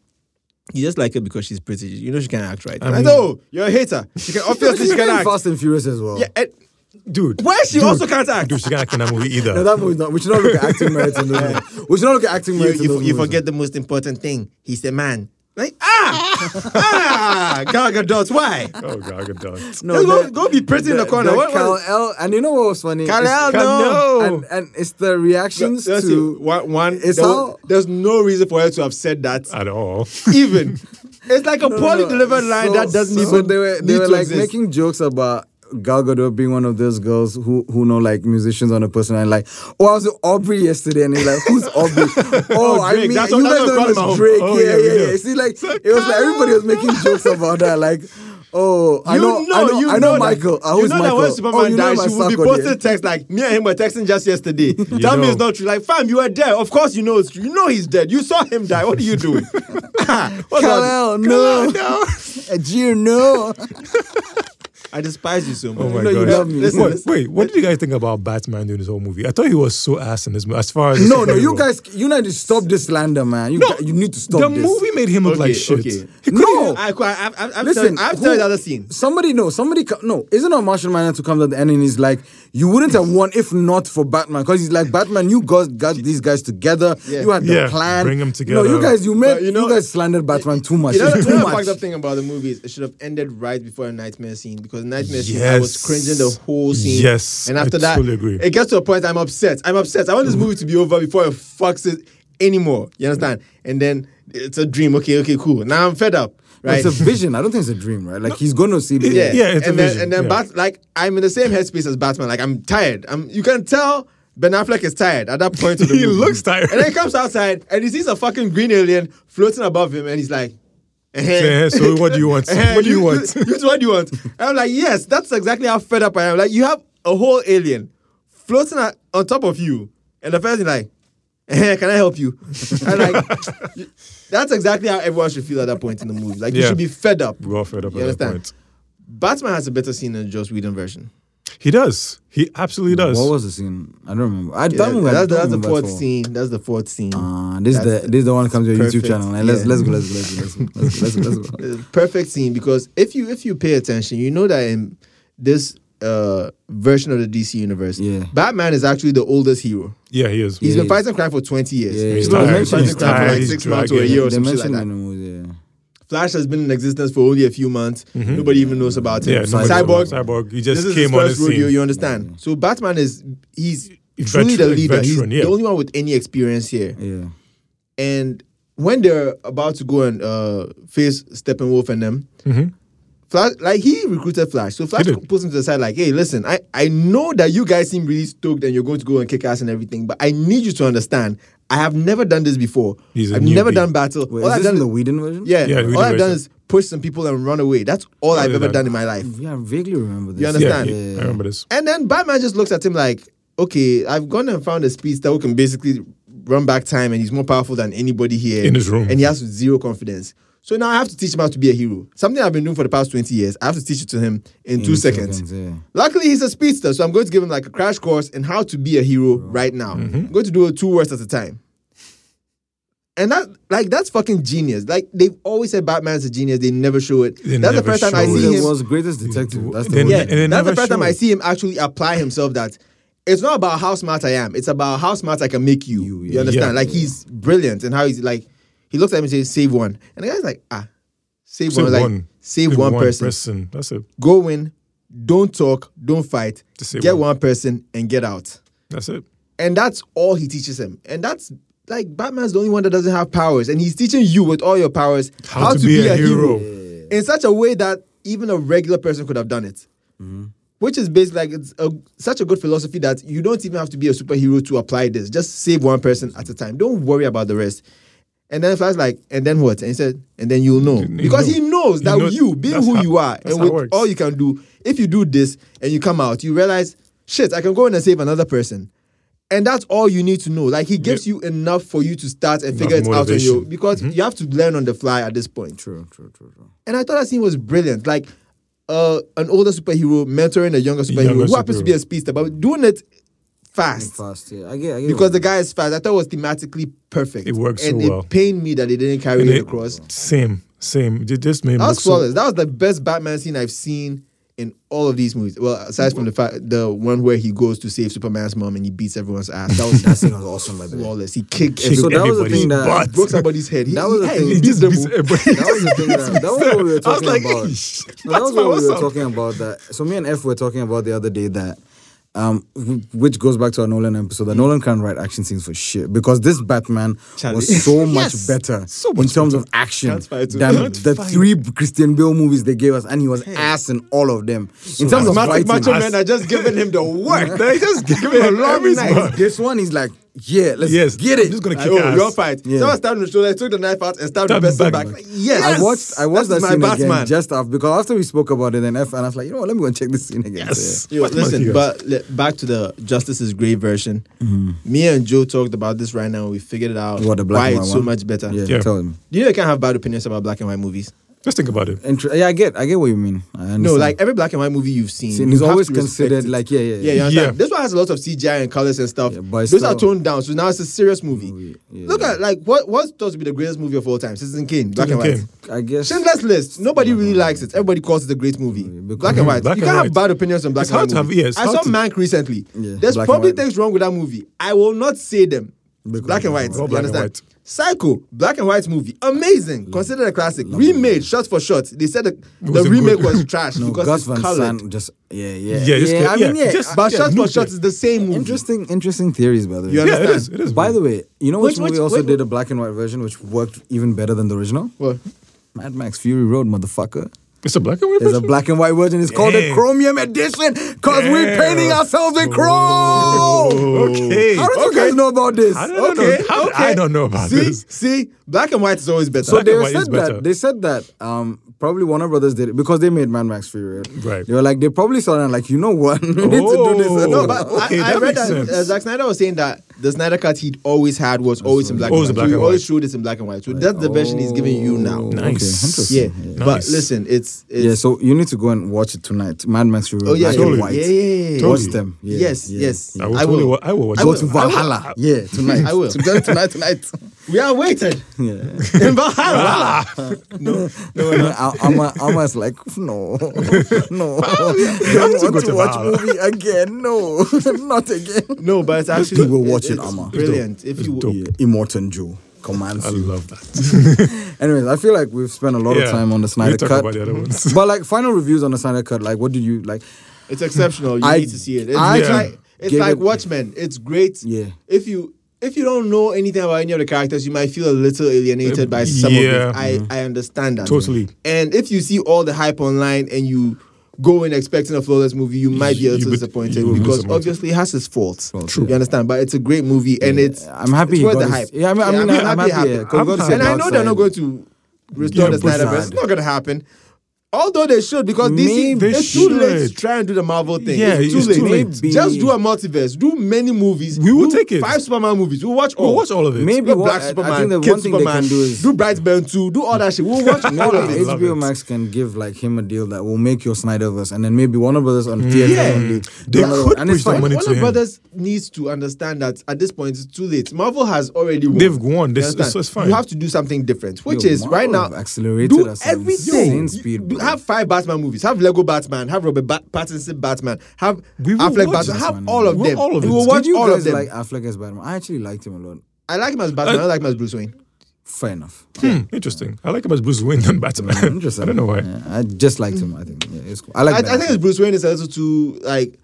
you just like her because she's pretty. You know she can act, right? I,
mean-
know you're a hater. She can obviously
She's
she can
in
act.
Fast and Furious as well.
Yeah, and,
Dude.
where she
dude,
also can't act.
Dude, she can't act in that movie either.
No, that movie's not. We should not look at acting merits in those movies. We should not look at acting
you,
merits in
you,
those
you
movies.
forget the most important thing. He's a man. Like ah ah Gal Gadot. Why?
oh, Gal Gadot.
No,
Just
the-
go, go be pretty in the corner. what,
Cal
what-
L, and you know what was funny?
Kal-El,
It's-
no.
And, and it's the reactions
Let's see,
to.
one, one
It's
there
how-
was- there's no reason for her to have said that
At all.
even. It's like a poorly
No, no,
delivered line
so-
that doesn't
so
even
They were, they
need
were
to
like
exist.
making jokes about. Gal Gadot being one of those girls who who know like musicians on a person and like oh I was with Aubrey yesterday and he's like who's Aubrey oh, I
Drake,
mean
that's
you
what- that's
guys know
what
him
Colin
as
Mahone.
Drake
Oh,
yeah
yeah, we
yeah yeah,
know.
see like it was like everybody was making jokes about that like oh I
You
know, I know
you
I know,
that-
Michael I
you
was
know that
Michael
when
oh
Superman
you know
died,
my
she would be
Sarkodie."
posting text like, "Me and him were texting just yesterday. Tell me
know.
it's not true." Like, fam, you were there. Of course, you know it's true. You know he's dead. You saw him die. What are you doing? What's up?
Kal-El, no. Ajir, no.
Oh I despise you so much.
Oh my
know you
god!
love me.
Listen,
Listen,
wait,
listen.
wait, what did you guys think about Batman doing this whole movie? I thought he was so ass in this movie. As far as
no, no, you guys, you need to stop this slander, man. You, you need to stop
the
this.
movie made him look
Okay,
like shit.
okay.
He couldn't
No.
I, I, I,
Listen,
I've Listen, I've
who-
told you the other scene.
Somebody, no, somebody, co- no, isn't it Martian Manhunter who comes at the end and he's like, you wouldn't have won if not for Batman. Because he's like, Batman, you got, got these guys together.
Yeah.
You had the
Yeah,
plan.
bring 'em
No, you
together.
guys, you made,
But
you,
you know-
guys slandered Batman too much.
You know,
It's
you
too
know the fucked up
much.
thing about the movie is it should have ended right before the nightmare scene because the nightmare scene I was
Yes.
cringing the whole scene.
Yes,
and after
I
that,
totally agree.
it gets to a point I'm upset. I'm upset. I want this movie to be over before it fucks it anymore. You understand? And then it's a dream. Okay, okay, cool. Now I'm fed up. Right?
It's a vision. I don't think it's a dream, right? Like, he's going to see the.
yeah,
Yeah, it's a
and then,
vision,
And then
yeah.
Bat, like I'm in the same headspace as Batman. Like I'm tired. I'm. You can tell Ben Affleck is tired at that point. Of the
He
movie.
looks tired.
And then he comes outside and he sees a fucking green alien floating above him, and he's like,
Yeah, so what do you want?
Eh,
what do you, want?
You, what do you want? And I'm like, yes, that's exactly how fed up I am. Like, you have a whole alien floating a- on top of you, and the person like, eh, can I help you? I'm like, you- that's exactly how everyone should feel at that point in the movie. Like, you
Yeah.
should be fed up.
We all fed up
You
at that
understand?
point.
Batman has a better scene than Joss Whedon version.
He does. He absolutely does.
What was the scene? I don't remember. I,
Yeah,
that movie, I
that's,
don't
that's the
remember at
fourth
all.
scene. That's the fourth scene.
Uh, this is
That's
the this is the one that comes to your
perfect.
YouTube channel. Like, let's
Yeah.
let's go, let's go, let's go, let's go, let's go. Let's go, let's go.
Uh, perfect scene because if you if you pay attention, you know that in this uh, version of the DC universe,
Yeah.
Batman is actually the oldest hero.
yeah, he is.
He's
Yeah.
been fighting crime for 20 years.
Yeah, yeah.
He's
He's been
tired.
fighting
He's
crime for
tired.
like
He's
six months or a
dragging.
year or
They
something like
mentioned it in
that.
the movie.
Flash has been in existence for only a few months.
Mm-hmm.
Nobody even knows about him.
yeah, nobody
Cyborg,
knows about Cyborg. He
this
just
is his
came on the
first rodeo,
scene.
you understand? So Batman is, he's
He's
truly the
veteran-
leader. he's
veteran, yeah.
the only one with any experience here.
Yeah, yeah.
And when they're about to go and uh, face Steppenwolf and them, Flash, like he recruited Flash, so Flash
Mm-hmm. He did.
pulls him to the side, like, "Hey, listen, I I know that you guys seem really stoked and you're going to go and kick ass and everything, but I need you to understand, I have never done this before.
He's a
I've never
newbie.
done battle.
Wait,
All
is
I've
this
done
in the
is,
Whedon version?
yeah,
Yeah, we
all
did
I've done
version.
is push some people and run away. That's all I've
did
ever
that.
done in my life.
Yeah, I vaguely remember this.
You
Yeah,
understand?
yeah, I remember this.
And then Batman just looks at him like, okay, I've gone and found a speedster who can basically run back time and he's more powerful than anybody here.
In his room.
And he has zero confidence. So now I have to teach him how to be a hero. Something I've been doing for the past 20 years. I have to teach it to him in, two seconds.
yeah.
Luckily, he's a speedster, so I'm going to give him like a crash course in how to be a hero right now.
Mm-hmm.
I'm going to do it two words at a time. And that, like, that's fucking genius. Like, they've always said Batman's a genius. They never show it.
They
that's the
never
first time I
show
He
it.
see him.
was greatest detective. That's the
Then-
one.
Yeah,
and they
that's the
never
first time
show
I
it.
see him actually apply himself that it's not about how smart I am, it's about how smart I can make you. You,
yeah.
understand?
Yeah.
like he's brilliant and how he's like he looks at me and says, save one. And the guy's like, ah, save,
Save
one. Like,
one.
save, one, person.
That's it.
Go in, don't talk, don't fight.
Just save
get
one.
one. person and get out.
That's it.
And that's all he teaches him. And that's like Batman's the only one that doesn't have powers. And he's teaching you with all your powers how, to, be, a, hero in such a way that even a regular person could have done it.
Mm-hmm.
Which is based like it's a, such a good philosophy that you don't even have to be a superhero to apply this. Just save one person at a time. Don't worry about the rest. And then Flash like, and then what? And he said, and then you'll know
You
because
know.
he knows
You
that
know-
you, being
that's
who
how-
you are,
that's
and
how it
with
works.
all you can do, if you do this and you come out, you realize, shit, I can go in and save another person. And that's all you need to know. Like he gives you enough for you to start and figure it out on
motivation. Mm-hmm.
your because you have to learn on the fly at this point.
True, true, true, true.
And I thought that scene was brilliant. Like uh, an older superhero mentoring a younger superhero
Younger
who happens to be
superhero.
a speedster, but doing it fast.
Fast, yeah. I get, I get
Because the
what
guy is fast. I thought it was thematically perfect.
It works
And
so
it
well.
pained me that they didn't carry
And
it
it-
across.
Same, same. Ju- Just made him
That
look
was
so-
flawless. That was the best Batman scene I've seen in all of these movies. Well, aside from the fact the one where he goes to save Superman's mom and he beats everyone's ass. That was
That scene was awesome, by the way.
flawless. He kicked
kicked
So
everyone.
that was the
everybody's
thing that-
butt.
Broke somebody's head. He,
That was the
hey,
thing.
he
He
beat
just
them
beats
all.
everybody.
That was the thing. That, that was what we were
I was
talking
like,
about.
"Eesh,
No, that
that's
was what we were
awesome."
talking about. That so me and F were talking about the other day that, um, wh- which goes back to our Nolan episode.
Hmm.
That Nolan can't write action scenes for shit because this Batman
Charlie.
was so much
Yes.
better
So
in
much
terms of action
Can't fight with
than
that.
the three Christian Bale movies they gave us, and he was ass in all of them. in terms of
Macho,
fighting,
macho
ass.
men are just giving him the work.
They just give me a long
nice. this one is like, yeah, let's
Yes,
get
I'm
it.
just gonna
Like,
kick
oh,
ass.
your fight.
Yeah.
Someone stabbed him in the shoulder, took the knife out and stabbed the
Stabbed
person
him
back.
back.
Like, yes.
I watched I watched
That's
that scene
my Batman.
again just after because after we spoke about it and F and I was like, you know what, let me go and check this scene again.
Yes.
So,
Yo,
Batman
listen,
Heroes.
but le- back to the Justice is Grey version. Me and Joe talked about this right now. We figured it out
Mm-hmm. What, the black
why
and
it's
white
so
one?
much better.
yeah,
Yeah.
tell him.
You know, you can't have bad opinions about black and white movies.
Just think about it.
Inter- yeah, I get I get what you mean. I understand.
No, like every black and white movie you've seen,
Seen
you
is
have
always
to respect
considered
it.
like yeah, yeah,
Yeah,
yeah.
you understand?
Yeah.
This one has a lot of CGI and colors and stuff.
Yeah, but
Those
it's
are
still-
toned down, so now it's a serious movie.
Movie, yeah.
Look at like what what's supposed to be the greatest movie of all time? Citizen Kane, black
Citizen
and
Kane.
white.
I guess
Schindler's List. Nobody really likes it. Everybody calls it a great movie.
because-
Black and white.
Black
you
and
can't
white.
have bad opinions on black
It's
and
hard
white.
to have-
movies.
yeah, it's
I
hard
saw
to-
Mank recently.
Yeah,
There's
black and
probably
white.
things wrong with that movie. I will not say them.
Because
black and white.
it's
You
black and
understand?
white.
Psycho, black and white movie, amazing, considered a classic, remade shot for shot. They said the, the
wasn't
remake
good.
was trash
no,
because
Gus
it's
Van
colored.
Sant just yeah, yeah.
Yeah, just get-
I mean
yeah,
yeah.
just-
But shot for
nuclear.
shot is the same movie.
interesting interesting theories by the way.
You
Yeah, it
understand?
is. It is.
By the way, you know which,
Which-
movie
which-
also
which-
did a black and white version which worked even better than the original?
What?
Mad Max Fury Road, motherfucker.
it's a black and white.
There's a
version?
black and white version. It's called the
Dang.
Chromium Edition because we're
Damn.
painting ourselves in chrome.
Okay.
How did you guys know about this?
I don't know. How did I don't know about
see,
this?
See, black and white is always better.
So
Black and
they
white
said
is better.
that they said that um, probably Warner Brothers did it because they made Mad Max Fury.
Right.
They were like they probably saw it and like you know what we need to do this.
Oh.
no, but
Okay,
I, I
that
read
makes
that uh,
sense.
Zack Snyder was saying that the Snyder cut he always had was always in black
Always
and
in
white.
black
so he
and
always
white.
showed it's in black and white. So that's the version he's giving you now.
Okay,
Nice.
interesting.
Yeah,
yeah.
but
Nice.
listen, it's, it's
Yeah, so you need to go and watch it tonight. Mad Max Fury. Road,
oh yeah,
black
totally.
and white.
yeah, yeah, yeah.
Watch
Totally.
them. Yeah,
Yes,
yeah.
yes.
I will. totally wa- I will watch.
Go
it.
to Valhalla. Yeah, tonight.
I will.
Tonight, tonight, tonight.
We are waited.
Yeah.
In Valhalla.
No,
I'm almost like no, no. You
have to go to
watch
Valhalla.
movie again. No, not again.
No, but it's actually
You will watch
it's-
it,
it's
Amma. It's
Brilliant. If you
dope.
Yeah, Immortan Jew commands
I
you.
love that.
Anyways, I feel like we've spent a lot of
Yeah.
time on the
We
Snyder
talk
Cut.
about the other ones.
but like final reviews on the Snyder Cut, like what do you like?
It's exceptional. You
I-
need to see it. It's
I
it's
Yeah.
like, it's
gave
like
it-
Watchmen. It's great.
Yeah.
If you if you don't know anything about any of the characters, you might feel a little alienated by some
Yeah.
of
Mm-hmm.
it. I, I understand that.
Totally.
And if you see all the hype online and you go in expecting a flawless movie, you might be
you
a little
would-
disappointed
you would be
because
disappointed.
obviously it has its faults.
True.
You understand? But it's a great movie and it's
I'm happy
it's
he
worth
got
the
his-
hype.
Yeah, I mean- I mean, I'm happy, yeah, 'cause
we got to see
and
the
I know they're
outside.
not going to restore
Yeah,
the
but-
Snyderverse. It's not going to happen. Although they should, because DC,
Maybe
it's too late to
should.
try and do the Marvel thing.
Yeah,
it's too
it's
late.
too late.
Maybe-
Just do a multiverse. Do many movies.
We will
do
take it.
Five Superman movies. We'll watch all.
We'll watch all of it.
Maybe
Look,
what-
Black
I- I
Superman,
think the
Kid
one thing they
Superman,
can do is-
do Brightburn 2, do all that shit. We'll watch all of
Maybe
it.
love
HBO
it.
Max can give like him a deal that will make your Snyderverse, and then maybe Warner Brothers on theater
Yeah.
only.
Mm. They
Warner-
could
and it's
push that
fine.
money
Warner
to him.
Brothers needs to understand that at this point it's too late. Marvel has already won.
They've won. This-
You understand?
so it's fine.
You have to do something different, which
Yo,
is right
Marvel
now
have accelerated
do
us at an
everything.
insane
You-
speed,
do-
bro.
have five Batman movies. Have Lego Batman. Have Robert ba- Pattinson Batman. Have
We will
Affleck
watch
Batman.
that
Have
one.
all of
We'll
them.
all of
we
it.
will
Did
watch
Did you
all
guys
of them.
like Affleck as Batman? I actually liked him a lot.
I like him as Batman. I, like him as Bruce Wayne.
Fair enough.
Hmm, interesting. I like him as Bruce Wayne than Batman.
Interesting.
I don't know why.
Yeah, I just liked him. I think yeah, it's cool. I like.
I,
that
I think
actor.
his Bruce Wayne is a little too like.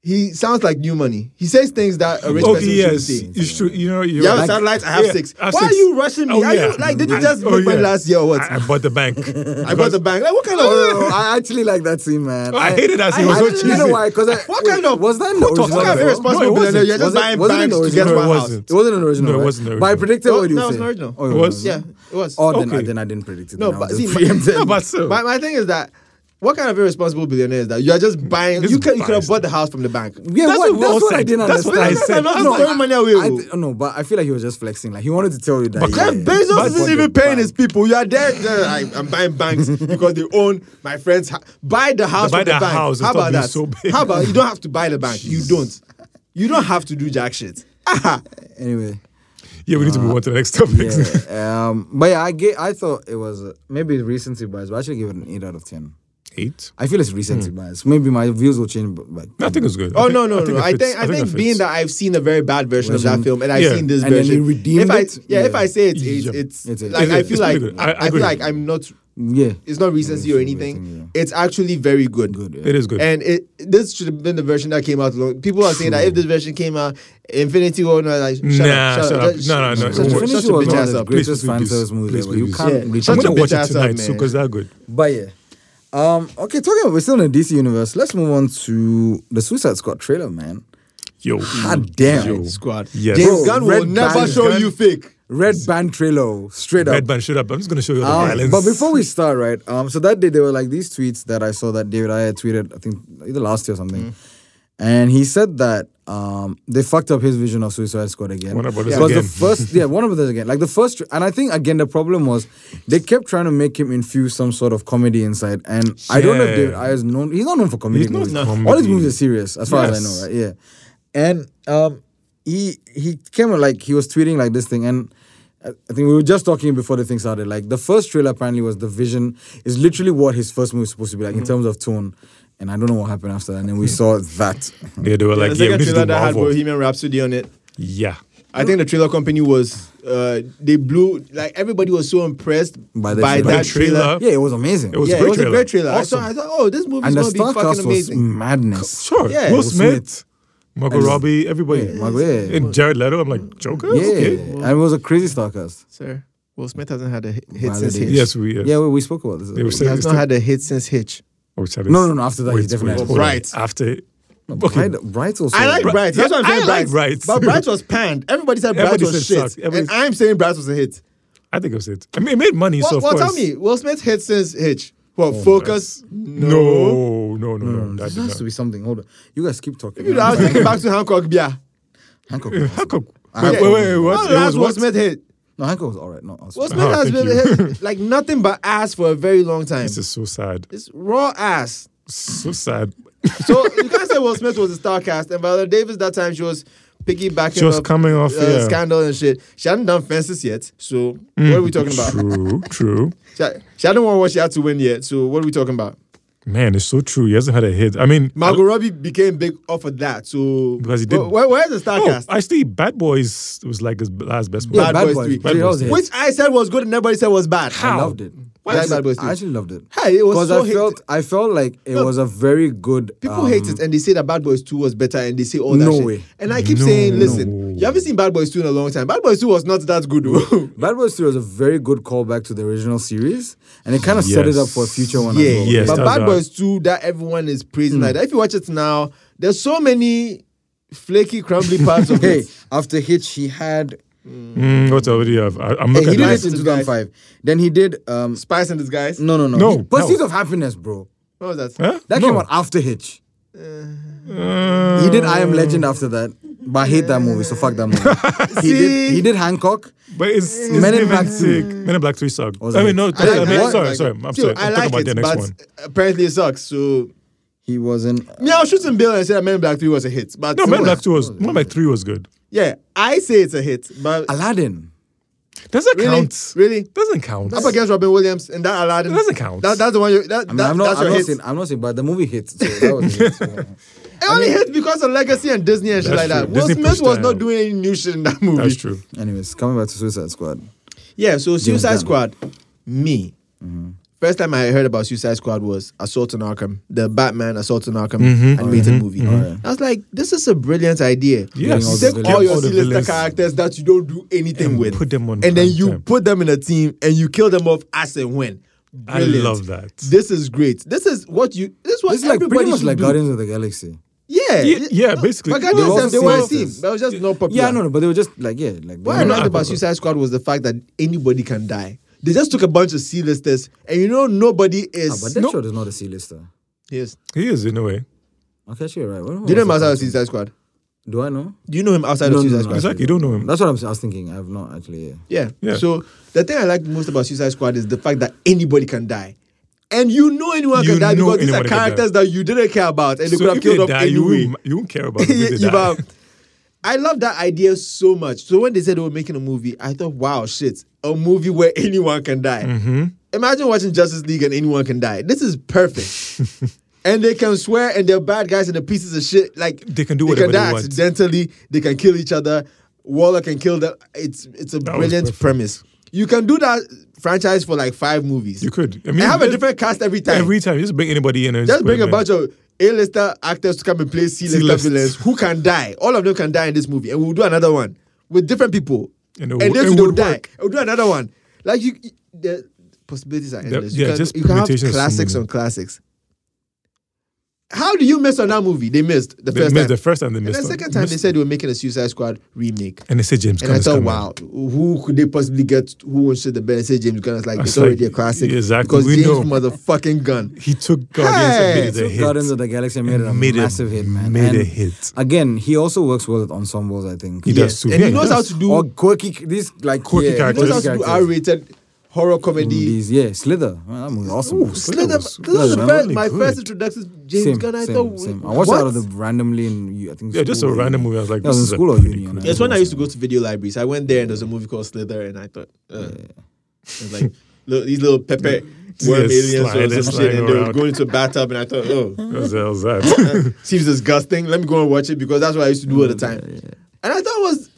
He sounds like new money. He says things that a rich
Okay,
person
yes,
should say.
it's true. You know, you're
You have
right.
satellites. I have
Oh, Yeah,
six.
I have
Why
six.
are you rushing me?
Oh,
Are you,
yeah.
like, did you
I-
just
oh,
make money
yeah.
last year or what?
I, I bought the bank.
I bought the bank. Like, what kind
Oh,
of
I actually like that scene, man.
I hated that scene. It
I-
was so
I- You know
cheesy.
why? Because
What kind of-
was that an
who talks
original?
like
what kind of
No, it
bill?
wasn't.
irresponsible billionaire? You're just
Was it-
buying
wasn't it
banks to
original?
get
No, it
one house.
wasn't.
It wasn't an original.
No, it
right?
wasn't
But I
original.
predicted
No,
what you
no, it
say.
was original.
Oh,
It was?
Yeah, it was.
Oh, then, I,
Okay.
then I didn't predict it.
no,
then I
but
was
see,
just
my,
preempted.
No, but still.
my, my thing is that what kind of irresponsible billionaire is that? You are just buying.
Mm, This
you could you could have
buys-
bought the house from the bank.
Yeah,
That's
what,
what
that's
Wall
what I
said.
didn't
That's what
understand.
I
said. That's
No,
not throwing money away,
I,
oh.
d- no, but I feel like he was just flexing. Like he wanted to tell you that.
But
yeah,
Jeff
Bezos
but-
isn't even paying his people. You are there. there, I, I'm buying banks because they own my friends. Ha- buy the house.
Buy
from the,
the
bank.
house,
How
it's
about
not being
that?
so big.
How about you don't have to buy the bank. You don't. You don't have to do jack shit. Aha.
Anyway,
Yeah, we need to move on to the next topic.
yeah. um, but yeah, I get, I thought it was uh, maybe recency bias, but I actually give it an eight out of ten.
Eight.
I feel it's
Hmm.
recency bias. Maybe my views will change, but like,
I think it's good. I
Oh
think-
no no
think
no!
it
I
fits.
think I think
it
being
fits.
that I've seen a very bad version of that
Version.
film, and I've
Yeah.
seen this
And then
version.
they redeemed
if I,
it?
Yeah,
Yeah.
if I say it's it's,
Yeah.
it's,
It's a-
like
it's
I
a-
feel
it's
like
pretty good.
I,
I- I
feel
agree.
like I'm not.
yeah,
It's not recency or anything. It's actually very good.
good. Yeah.
it is good.
And it this should have been the version that came out. Long, people are saying that if this version came out, Infinity War, no, like shut
Nah,
up, shut,
shut
up,
up.
Just-
No, no, no,
shut
it
your-
won't.
shut
Infinity
your
War
bitch
is one of
ass
the
up.
Please, please,
greatest fan
please.
service movies
Please,
ever. You
please.
can't
Yeah.
reach
Shut
I'm
that.
gonna
your
watch
bitch
it
ass up,
tonight, so
man.
because that good.
But yeah. Um, okay, talking about we're still in the DC universe, let's move on to the Suicide Squad trailer, man.
Yo,
God damn.
Yo.
Squad.
Yes.
James
Bro,
Gunn will
Red
never
Band
show
Gun.
you fake.
Red Band trailer, straight up.
Red Band, shut up! I'm just gonna show you the
Um,
violence.
But before we start, right? Um, so that day there were like these tweets that I saw that David I had tweeted, I think either last year or
Mm.
something. And he said that um, they fucked up his vision of Suicide Squad again.
Warner Brothers
Because
again.
the first, yeah, one of those again. Like the first, and I think again the problem was they kept trying to make him infuse some sort of comedy inside. And I don't know if
Yeah.
David Ayer is known. He's not known for comedy.
He's not
movies.
known for
All his
comedy.
movies are serious, as far as I
Yes.
know, right? Yeah. And um, he he came out, like he was tweeting like this thing, and I I think we were just talking before the thing started. Like the first trailer apparently was the vision is literally what his first movie is supposed to be like
Mm-hmm.
in terms of tone, and I don't know what happened after that. And then we saw that.
yeah, they were like,
the
yeah, we need to
second
do
trailer that had
Marvel.
Bohemian Rhapsody on it.
Yeah,
I think the trailer company was uh, they blew like everybody was so impressed
By
by,
the trailer. By
that
the
trailer.
trailer.
Yeah, it was amazing.
It was-
yeah,
a great
it was a
trailer.
great trailer.
Awesome.
I saw, I thought, oh, this movie's
and the
gonna be
star
fucking
cast was
amazing.
madness.
sure.
Yeah.
Will
Will
Smith, Margot
And-
Robbie, everybody.
Yeah, Margot, yeah.
And Jared Leto. I'm like Joker.
Yeah,
Okay.
and it was a crazy star cast.
Sir, Will Smith hasn't had a hit, hit
Validated.
since Hitch.
Yes, we. Yes.
Yeah, we, we spoke about this.
They were
he
saying
has
it's
not
the-
had a hit since Hitch.
Oh, shall
No,
I-
no, no, after that, he definitely has-
hold on.
Bright.
After. Okay.
Bright, Bright also.
I like
Bri-
Bright. That's
Yeah,
what I'm saying.
I
Bright.
like Bright.
But Bright was panned. Everybody said Bright
Everybody
was
said
shit,
sucked. Everybody-
and I'm saying Bright was a hit.
I think it was it. I mean, it made money, so
Well,
of
well
course. Oh,
tell me, Will Smith hit since Hitch? Well, Focus?
No,
No.
no, no, no.
There
That did
has to
not.
be something. Hold on. You guys keep talking.
You know, I was thinking back to Hancock. Yeah.
Hancock.
Hancock.
I-
Wait, wait, wait.
What
What? It
last
was
Will
what?
Smith hit?
No, Hancock was all right. No, I was
Will Smith
Ah,
has
thank
been hit, like nothing but ass for a very long time.
This is so sad.
It's raw ass.
So sad.
So you can't say Will Smith was a star cast, and Viola Davis that time she was piggybacking. uh,
She was coming off,
uh,
yeah.
scandal and shit. She hadn't done fences yet, so what are
Mm.
we talking about?
True, true.
She, she hadn't won what she had to win yet, so what are we talking about?
Man, it's so true. He hasn't had a hit. I mean, oh,
Margot Robbie became big off of that, so
Uh, Because he did-
Wh- wh- where's the star
oh,
cast?
I see. Bad Boys was like his last best.
Yeah,
movie.
Bad, Boys. 3.
Bad
That
Boys
was it.
Which I said was good and everybody said was bad.
I
How?
loved it.
Why you like
actually-
Bad Boys
I
2?
actually loved it.
Hey, it was
Because
so
I felt I felt like it
No.
was a very good.
People hate
um,
it and they say that Bad Boys 2 was better and they say all that
No
shit.
way.
And I keep
No,
saying, listen,
no.
you haven't seen Bad Boys 2 in a long time. Bad Boys 2 was not that good. though.
Bad Boys 3 was a very good callback to the original series, and it kind of set it up for a future one.
yeah,
as well.
Yes,
but
that's
Bad
right. Hmm.
Boys 2 that everyone is praising like that. If you watch it now, there's so many flaky, crumbly parts of
Hey,
it.
after Hitch, he had.
Mm, what else do you have? I, I'm
Hey,
looking
he did
at this.
it in 2005. Then he did. um
Spice and Disguise.
No, no, no.
No,
He- Pursuit
no.
of Happiness, bro.
What was that?
Hmm. Huh?
That
No. Uh,
came out after Hitch. he did I Am Legend after that, but I hate that movie, so fuck that movie. he did.
See?
He did Hancock.
But it's, it's
Men in
even
Black
sick.
Two.
Men in Black 3 suck.
was
I
it?
mean, no,
I
I
like-
mean,
I like-
sorry,
like
sorry.
it.
I'm
Still,
sorry.
I
I'm
like
talking about the
it,
next
but
one.
apparently it sucks. So,
He wasn't.
yeah, I was shooting Bill and said that Men in Black 3 was a hit. But
No, Men in Black 2 was, Men in Black 3 was good.
Yeah, I say it's a hit, but
Aladdin.
Does that
Really?
count?
Really?
Doesn't count.
up against Robin Williams and that Aladdin.
It doesn't count.
That, that's the one. You, that,
I mean,
that,
I'm not.
that's
I'm
your
not
hit.
saying. I'm not saying. But the movie hit. So that was it. So.
It only hits because of legacy and Disney and shit
That's
like that.
true.
Will
Disney
Smith
pushed
was
that
not
out.
doing any new shit in that movie.
That's true.
Anyways, coming back to Suicide Squad.
Yeah, so Suicide
Gunn.
Squad, me.
Mm-hmm.
First time I heard about Suicide Squad was Assault on Arkham, the Batman Assault on Arkham
Mm-hmm.
animated movie. I was like, this is a brilliant idea.
Yes.
all
You
the
take
villains.
all your
All the
C-lister
villains.
characters that you don't do anything
And
with,
put them on
and
prime
then you
time.
put them in a team and you kill them off as and when.
I
Brilliant.
love that.
This is great. This is what you. This is what
It's like pretty
everybody
much
should
like
do.
Guardians of the Galaxy.
Yeah,
Yeah, yeah, basically.
But
They all
Guardians they were a team.
sisters.
That was just not popular.
Yeah, no, no, but they were just like yeah, like.
What
they
I
were-
liked about Suicide Squad was the fact that anybody can die. They just took a bunch of C-listers, and you know nobody
Ah, but
is.
Deadshot
No.
is not a C-lister.
yes.
He is, in a way.
Okay, sure, right. What- what
Do you know
was
him
the
outside of
question?
Suicide Squad?
Do I know?
Do you know him outside
No,
of
no,
Suicide
no,
Squad?
no.
Exactly. You don't know him.
That's what I'm, I was thinking. I've not actually. Yeah.
Yeah.
Yeah.
So the thing I like most about Suicide Squad is the fact that anybody can die. And you know anyone
You
can die
know
because these are
anybody can die.
characters that you didn't care about and they could
So
have
if they
killed off
die, you
anyway.
won't- you won't care about them if they
You
die.
have- I love that idea so much. So when they said they were making a movie, I thought, wow, shit, a movie where anyone can die.
Mm-hmm.
Imagine watching Justice League and anyone can die. This is perfect. and they can swear and they're bad guys and they're pieces of shit. Like
They can do
they
whatever
can
they
die
want.
accidentally. They can kill each other. Waller can kill them. It's it's a
That was
brilliant
perfect.
premise. You can do that franchise for like five movies.
You could. I
And
mean,
have a
just-
different cast every time.
Every time, just bring anybody in. And
Just bring a
put them in.
bunch of A-lister actors to come and play C-lister
C-list.
villains who can die. All of them can die in this movie, and we'll do another one with different people.
And it
and
would-
then
it
you don't
would
die.
work.
And We'll do another one. Like you, you- the possibilities are endless.
yeah,
you can,
just
you can have
permutations so
classics
many.
on classics. How do you miss on that movie? They missed the
They
first
missed
time.
the first time they
and
missed.
the
one.
second time they
Missed-
said they were making a Suicide Squad remake.
And they said James
And
Gunn
I
is
thought,
coming.
wow, who could they possibly get who would shit the bed and say James Gunn is like,
That's
it's already
like-
a classic.
exactly,
Because
we
James
know.
motherfucking Gunn.
He took Guardians
Hey!
and made it a
Took
hit.
Guardians of the Galaxy and made it a
Made a-
massive hit, man.
made a
And
hit.
Again, he also works well with ensembles. I think.
He does too.
And
Yeah,
he knows
does.
how to do
Or quirky, these like
Quirky
yeah,
he knows
characters.
how to do R rated horror comedy.
These, yeah, Slither. Man, that movie awesome. man.
Slither
Slither,
was-
this
Slither
was the
was
first,
really
my
good.
first introduction to James
Same,
Gunn. I
same,
thought
same. I watched
what?
it out of the randomly in I think
Yeah, just a
school,
random
yeah.
movie. I was like,
Yeah, I was
this
in
is a
school or
pretty
uni,
good
and I
It's
Yeah.
when I used to go to video libraries. I went there and there was a movie called Slither, and I thought, uh, it's like little, these little pepper worm aliens
slide-
or some shit,
sliding
and they were
around.
going into a bathtub, and I thought, oh,
What the hell is that?
seems disgusting. Let me go and watch it because that's what I used to do all the time. And I thought it was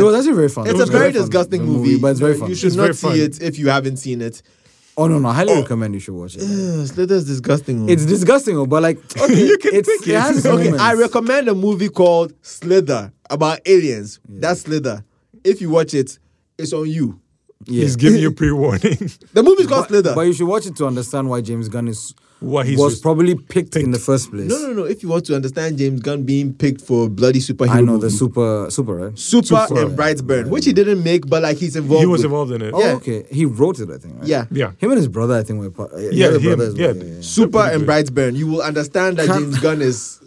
Mm, It was actually very fun. It
It's a
was
very
fun,
disgusting
the
movie,
but it's very fun.
You should
It's
not
very
see
fun.
it if you haven't seen it.
Oh no, no, I highly recommend you should watch it.
Ugh, Slither's disgusting. oh.
It's disgusting, oh, but like okay, you can it's,
take
it
it.
has its
Okay,
moments.
I recommend a movie called Slither about aliens. That's Slither. If you watch it, it's on you.
Yeah.
He's giving you pre warning.
The movie's called
but,
Slither.
but you should watch it to understand why James Gunn is
Why he's
was
with-
probably picked, in the first place.
no, no, no. If you want to understand James Gunn being picked for bloody superhero,
I know the
movie.
super super right.
super,
Super.
and Brightburn, which he didn't make, but like he's involved.
He was
with.
involved in it.
Oh,
Yeah.
okay. He wrote it, I think. Right?
Yeah.
Yeah.
Him and his brother, I think, were part. Yeah,
Yeah,
his
him.
brother is-
Yeah.
Super
Pretty
and
good.
Brightburn. You will understand that
Can't-
James Gunn is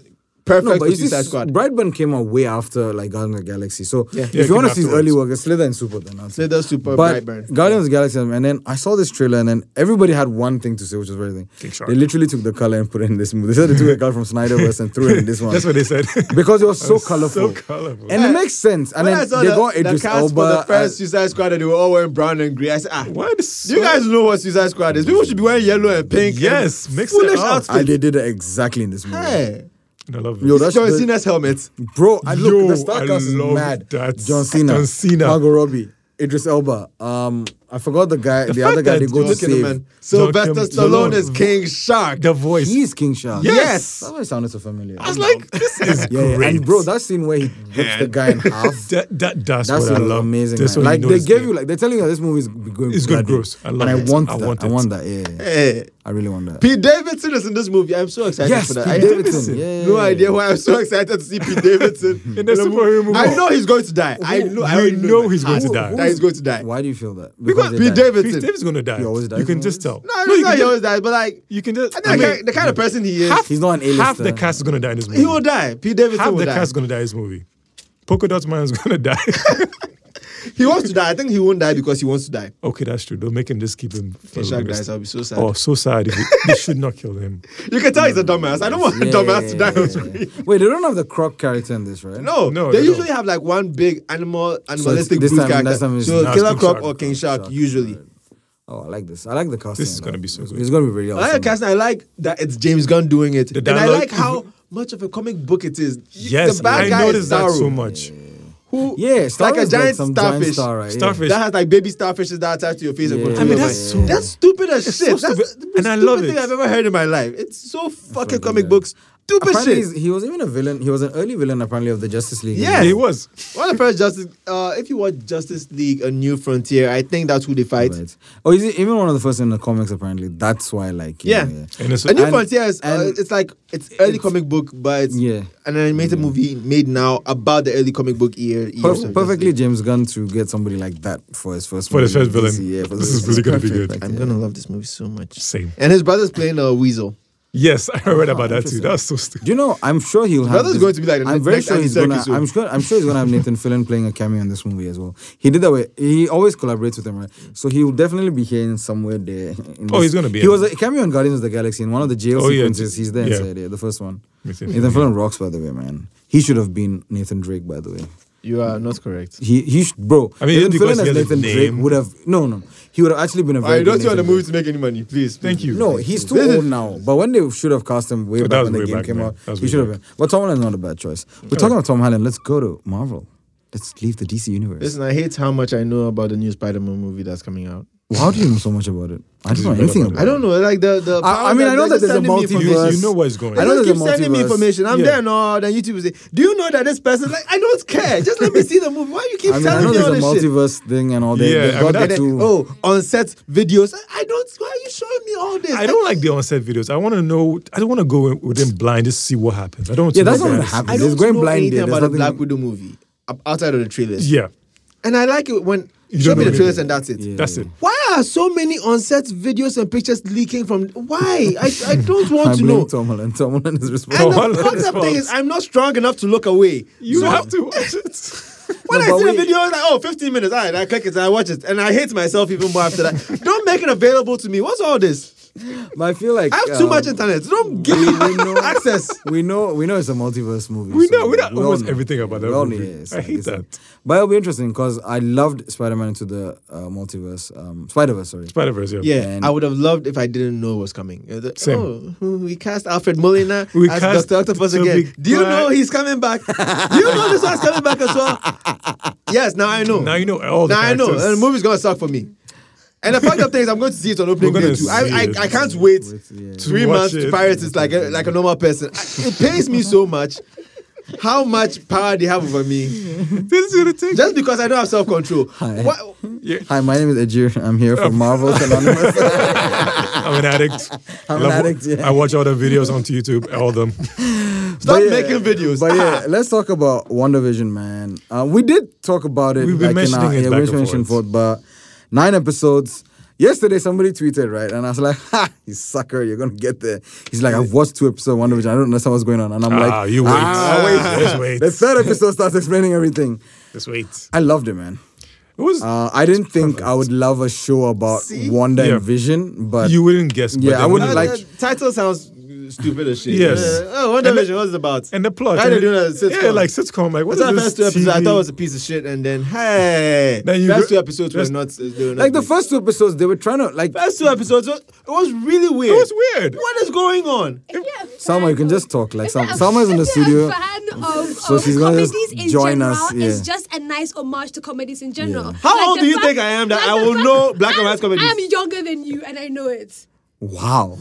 perfect
No,
for
but you see,
Suicide Squad.
Brightburn came out way after like Guardians of the Galaxy. So
Yeah.
if
Yeah, it
you
came
want to see his
afterwards.
early work, it's Slither and Super. Then I'd say.
Slither, Super,
but
Brightburn.
Guardians of the Galaxy, and then I saw this trailer, and then everybody had one thing to say, which was very
King Shark.
They literally took the color and put it in this movie. They said they took a color from Snyderverse and threw it in this one
That's what they said.
because it was so
was so
colorful.
colourful.
and it makes sense. And
When I
then
saw
they
the,
got
the
Idris
cast
Elba.
for the
and-
first Suicide Squad, and they were all wearing brown and grey. I said, ah,
Why
Do you guys know what Suicide Squad is? People should be wearing yellow and pink. and
Yes, mix it
foolish
up.
outfits.
I, they did it exactly in this movie.
Hey,
I love
Yo,
it.
that's
John
the-
Cena's helmet.
Bro, I look
Yo,
the star
I
cast is
love
mad.
that.
John Cena,
John Cena.
Margot Robbie, Idris Elba, um, I forgot the guy, the,
fact
other guy
that
they go to
John
save.
Kinnaman. Sylvester
Kim-
Stallone is
Stallone.
King Shark.
The voice.
He's King Shark.
Yes.
That's why it sounded so familiar.
I was like, this is
yeah, yeah.
great.
And bro, that scene where he rips the guy in half.
that, that, that's,
That's
what I
an
love.
amazing.
That's
man.
what
Like
you know
they
is
gave
good.
you like they're telling you this movie is b- going.
It's
bloody.
good gross. I love
and
it.
I want
I
that.
want
I
it.
want that. Yeah, yeah.
Eh.
I really want that.
Pete Davidson is in this movie. I'm so excited
Yes,
for that.
Pete
I
Davidson. Yeah, yeah,
no
yeah.
idea why I'm so excited to see Pete Davidson in
the superhero movie.
I know he's going to die. I
Who-
know. I
we
already
know
that.
he's going to
I-
die.
That he's going to die.
Why do you feel that?
Because
they
Pete
died.
Davidson.
Pete Davies gonna die.
He always
You
dies
can
in
just
the
tell.
No,
No,
he's
you
not
can
he
just-
always dies, but like,
you can just.
I think
I
the
mean,
ki- the kind of person he is,
half,
He's not an A-lister.
half the cast is gonna die in this movie.
he will die. Pete Davidson
half
will
the
die.
cast is gonna die in this movie. Polka Dot Man is gonna die.
He wants to die. I think he won't die because he wants to die.
okay, that's true. Don't make him just keep him. for
King
the
Shark
rest.
dies. I'll be so sad.
Oh, so sad. If you- they should not kill him.
You can tell he's a dumbass. I don't want a
Yeah,
dumbass
yeah,
to die.
yeah,
on
yeah.
screen.
Wait, they don't have the croc character in this, right?
No,
No,
They
they
usually
don't.
have like one big animal, animalistic
this
brute
time-
character.
next time it's-
so
Nah, it's
Killer
King
Croc
Shark.
or King Shark,
Shark.
usually.
Oh, I like this. I like the casting.
is gonna
though.
be so
It's-
good.
It's gonna be really awesome.
I like casting. I like that it's James Gunn doing it, and I
dialogue-
like how much of a comic book it is.
Yes,
the bad
I
guy
noticed
is
that
Starro,
so much.
Who,
Yeah,
it's like
Starro
a
is
giant
some
starfish.
Giant star, right?
Starfish.
That has like baby starfishes that attached to your face. and
Yeah.
control
I mean,
your
that's
mind.
so-
that's stupid as
so
shit. that's
stupid.
the
And I
stupid
love it.
thing I've ever heard in my life. It's so fucking
what they
comic
do.
book stupid
Apparently,
shit.
he's- he was even a villain. He was an early villain, apparently, of the Justice League.
Yes.
He was.
One of the first Justice. Uh, if you watch Justice League: A New Frontier, I think that's who they fight.
Right. Oh, is it even one of the first in the comics? Apparently, that's why. Like, you
Yeah.
know,
And it's,
A New
And-
Frontier is uh,
and-
it's like it's early comic book, but it's
Yeah.
an animated movie made now about the early comic book year. years
Per-
of Justice
perfectly
League.
James Gunn to get somebody like that for his first
For his
movie
first
in
villain.
yeah, for
This
the-
is really gonna be
perfect,
good.
like,
I'm
yeah.
gonna love this movie so much.
Same.
And his brother's playing a weasel.
Yes, I
Ah,
read about that too. That's so stupid.
Do you know? I'm sure he'll have.
brother's
this-
going to be like the
I'm
next-
very
next
sure
Andy
he's gonna.
Serkis
I'm sure. I'm sure he's gonna have Nathan Fillion playing a cameo in this movie as well. He did that. Way, he always collaborates with him, right? So he will definitely be here in somewhere there. in
Oh,
this-
he's gonna be
He
in
was
it.
a cameo in Guardians of the Galaxy in one of the jail
Oh, yeah,
sequences.
j-
he's there
yeah.
inside. Yeah, the first one.
Nathan
Nathan Fillion rocks, by the way, man. He should have been Nathan Drake, by the way.
You are not correct.
He he sh- bro.
I mean,
Nathan
because
Fillion
he
as
has his
Nathan Drake
name.
would have no no. He would have actually been a very.
I don't
good
see how the
Nathan
movie to make any money. Please,
Thank you.
no, he's too
This is-
old now. But when they should have cast him way
That
back
was
when the
way
game
back,
came
man.
out,
That was
he
way
should have
back.
been. But Tom Holland's not a bad choice. We're talking about Tom Holland. Let's go to Marvel. Let's leave the DC universe.
Listen, I hate how much I know about the new Spider-Man movie that's coming out.
How do you know so much about it? I don't know
read
anything
about
about
I
it.
don't know, like the the.
I- I mean, I know that
they're just
there's a
sending me
multiverse.
information.
You, you know what's going
I
on.
know
They
there's
keep
a
sending me
multiverse.
information. I'm
Yeah.
there now. Then YouTube will say, "Do you know that this person?" Like, I don't care. Just let me see the movie. Why you keep
I mean, I
sending
know
me
there's
all
a
this shit?
multiverse thing and all that.
Yeah,
They've
I
got
mean,
the
And then,
two-
oh, on set videos. I- I don't. Why are you showing me all this?
I don't like the onset videos. I want to know. I don't want to go in with him blind. Just see what happens. I don't. want
Yeah,
to
that's
know
not
what
gonna happen.
I
It's
don't
going
know
blind
anything
there. There's
about the
nothing-
Black Widow movie up- outside of the trailers.
Yeah,
and I like it when
You
show
don't
me
know
the trailers
anything.
and that's it.
Yeah.
that's it.
Why are so many on-set videos and pictures leaking from? Why? I, I don't want
I
to
blame
know.
Tom Holland. Tom Holland is responsible.
And
Tom
the
Holland's
fucked up thing
fault.
is, I'm not strong enough to look away.
You
So-
have to watch it.
When
No,
I
but
see the
wait.
video, it's like, oh, 15 minutes. All right, I click it and I watch it. And I hate myself even more after that. Don't make it available to me. What's all this?
But I feel like
I have too
um,
much internet. Don't give
we,
me
we know,
access.
We know we know it's a multiverse movie.
We
so
know- we know
all
almost everything about that
We all
movie.
know, yes,
I
like,
hate
it's like-
that.
but it'll be interesting because I loved Spider-Man into the uh, multiverse, um, Spider-Verse. Sorry.
Spider Verse. Yeah.
Yeah,
And-
I would have loved if I didn't know it was coming. It was like,
Same.
Oh, we cast Alfred Molina
We
as
cast
Dr. Octopus
Tobey
again. Do you
Maguire.
know he's coming back? Do you know this one's coming back as well? Yes, now I know.
Now you know all the
Now I know.
characters.
And the movie's going to suck for me. And the fact of things, I'm going to see it on opening
We're gonna
day too. I,
see
I,
it.
I can't wait
yeah.
three
watch
months to
it.
pirate it like a, like a normal person. I- It pains me so much how much power they have over me
This is gonna take.
just because I don't have self control.
Hi.
Yeah.
Hi, my name is Ajir. I'm here for Marvel's Anonymous.
I'm an addict.
I'm an
Love-
addict, yeah.
I watch all the videos on YouTube. All them.
Stop
But yeah,
making videos.
But
Ah.
yeah, let's talk about WandaVision, man. Uh, we did talk about it.
We've been
like in our-
mentioning it
yeah,
back
we
and
mentioned
forth.
forth, but nine episodes. Yesterday, somebody tweeted right, and I was like, "Ha, you sucker! You're gonna get there." He's like, "I've watched two episodes of WandaVision. I don't understand what's going on," and I'm
Ah,
like,
you wait.
"Ah, wait."
Just wait.
The third episode starts explaining everything.
Just wait.
I loved it, man.
It was.
Ah,
Uh, I didn't think I would love a show about
See?
Wanda
Yeah.
and Vision, but
you wouldn't guess. but
yeah,
then
I wouldn't
when-
like-
Uh, the title sounds stupid as shit.
Yes.
Uh, oh, Wonder Vision, what's it about?
And the plot.
Why they
and-
doing a sitcom?
Yeah, like sitcom. Like what's
What's that
this
first two episodes? I
TV?
thought it was a piece of shit, and then hey,
Then you
first
go-
two episodes were
just-
not. uh, they were not
like the
good.
first two episodes, they were trying to like
first two episodes, was- it was really weird.
It was weird.
What is going on?
Salma, you can just talk. Like Salma, Salma is in the studio.
of,
So
of
she's gonna
comedies
just
in
join
general
us,
is
yeah.
just a nice homage to comedies in general.
How
Like
old
the
do you
fact-
think I am that
like
I
the
will
fact-
know black and
I'm-
white comedies?
I am younger than you, and I know it.
Wow.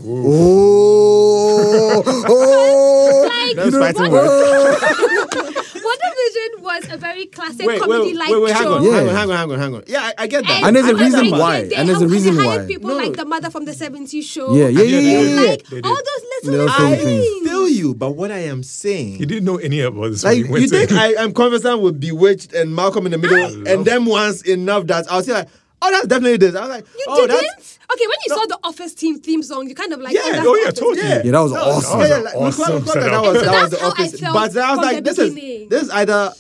Oh. oh.
Like,
That's fighting
what,
words.
Wonder Vision was a very classic
Wait, wait,
comedy like
wait, wait, hang
show.
on,
Yeah.
hang on, hang on, hang on, hang on. Yeah, I, I get that.
And there's a
other
reason
people,
why,
like, they
and there's a
help-
reason
they hired
why.
people
No.
like the mother from the 70s show.
Yeah, yeah, yeah, yeah, yeah.
Like
They did.
all those little,
Little
I
things. things.
feel you, but what I am saying.
You didn't know any about this.
Like
when went
you think
in.
I, I'm conversant with Bewitched and Malcolm in the Middle, and them ones enough that I was like, oh, that's definitely this. I was like,
You
oh,
didn't?
that's
Okay, when you saw the Office team theme song, you kind of like,
Yeah,
oh, that's
oh yeah,
Office.
totally.
Yeah, that was awesome.
Yeah, yeah,
That
like,
was
Malcolm-
awesome
Malcolm, that
setup.
was
So
that was
that's
the
how I
office.
felt
But I was
from
like,
the
this is
beginning.
this is either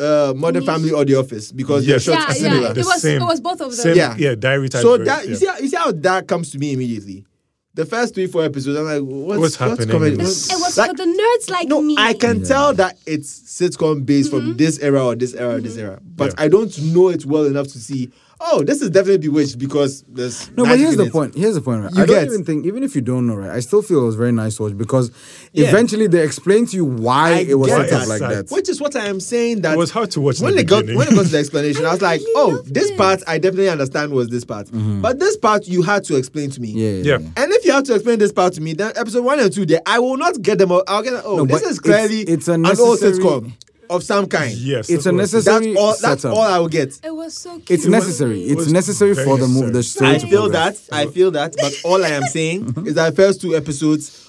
uh, Modern Family or The Office because
Yeah,
their shots
Yeah,
are
yeah,
similar.
it was- it was both of them.
Same,
Yeah.
yeah. diary type.
So
verse,
that
yeah.
you see, how- you see how that comes to me immediately. The first three four episodes, I'm like, what's,
What's happening?
comedy?
It
What's-
It was
like,
for the nerds like
no,
me.
I can tell that it's sitcom based
Mm-hmm.
from this era or this era or this era, but I don't know it well enough to see. Oh, this is definitely Bewitched because there's
No, but
magic
here's
in
the
it.
point. Here's the point. Right?
You
I don't
get-
even think, even if you don't know, right? I still feel it was very nice to watch because
Yeah.
eventually they explain to you why
I
it was
get
set up
that.
like that.
Which is what I am saying that
It was hard to watch in
when
the
it got
beginning.
when it got to the explanation. I was like,
really
oh,
loved
this
it.
part I definitely understand was this part, but this part you had to explain to me.
Mm-hmm. Yeah, yeah.
Yeah.
yeah.
And if you have to explain this part to me, then episode one and two, there I will not get them. all. I'll get. Oh,
No,
this
but
is clearly
it's- it's a
an old
necessary-
sitcom of some kind.
Yes,
It's
that
a
was-
necessary-
that's all. That's
setup.
all I will get.
It was so cute.
It's necessary.
It
It's
was
necessary
very
for the mo-
necessary.
the story
I
to
feel
progress. Mm-hmm.
that. I feel that. But all I am saying is that first two episodes,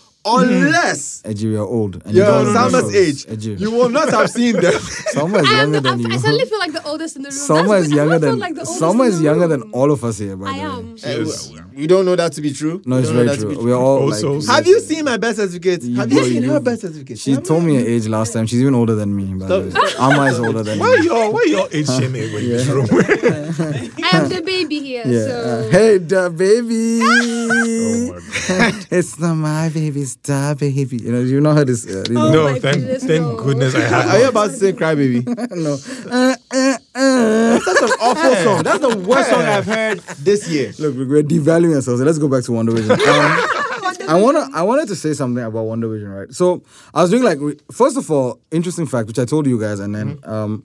unless
Edgy, you're old. And
you're
Mm-hmm. you don't know
Salma's age,
this. Edgy.
you will not have seen them.
Salma is
I, am,
younger
I,
than you.
I suddenly feel like the oldest in the room.
Salma
That's
is
weird. I
younger
felt
than
like the oldest in
Salma
the
is younger than
room.
all of us here. By
I
the way.
am.
Uh,
Yes.
we don't know that to be true.
No,
We
it's
don't know
very
that to be
true. We're all
Also,
like.
Have you seen my birth certificate? Have you
you-
seen
you-
her birth certificate?
She told me her age last time. She's even older than me. By the way, Alma is older than
Why
me.
y'all? Why y'all age shaming everybody in this room?
I am the baby here,
Yeah.
so.
Uh, hey, the baby.
oh my god.
it's not my baby, it's the baby. You know, you know how this. Uh, you know-
Oh
No,
my
thank
goodness,
thank
no.
goodness I
Are are you
have.
about to sing Crybaby?
no. Uh, uh, uh.
That's an awful song. That's the worst song I've heard this year.
Look, look, we're devaluing ourselves. Let's go back to Wonder Vision. Um, I wanna, I wanted to say something about Wonder Vision, right? So I was doing like, re- first of all, interesting fact, which I told you guys, and then,
Mm-hmm.
um,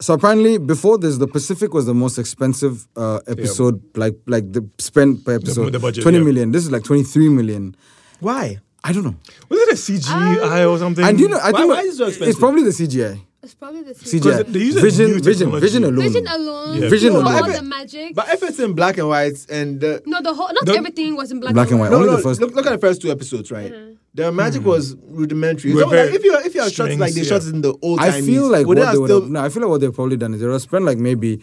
so apparently before this, the Pacific was the most expensive uh, episode, like like the spend per episode,
the budget,
twenty
yeah.
million. This is like twenty three million.
Why?
I don't know.
Was it a CGI or something?
And you know, I
Why-
think
why is it so
it's
expensive?
probably the CGI.
It's probably the same.
CGI.
they use a
Vision,
new
vision,
technology.
vision alone.
Vision alone.
Yeah.
Vision
not
alone.
all
But-
the magic.
But if it's in black and white and uh,
no, the whole. Not
The-
everything was in black,
Black and white.
no,
Only
no,
the first- Hmm.
look, look at the first two episodes, right? The magic was rudimentary.
We're
So, like,
very-
if you if you had shot it like they
strings,
shot
yeah.
it in the old
I
time,
feel like what
would it
they
have
would
still
have, no, I feel like what they've probably done is they would have spent like maybe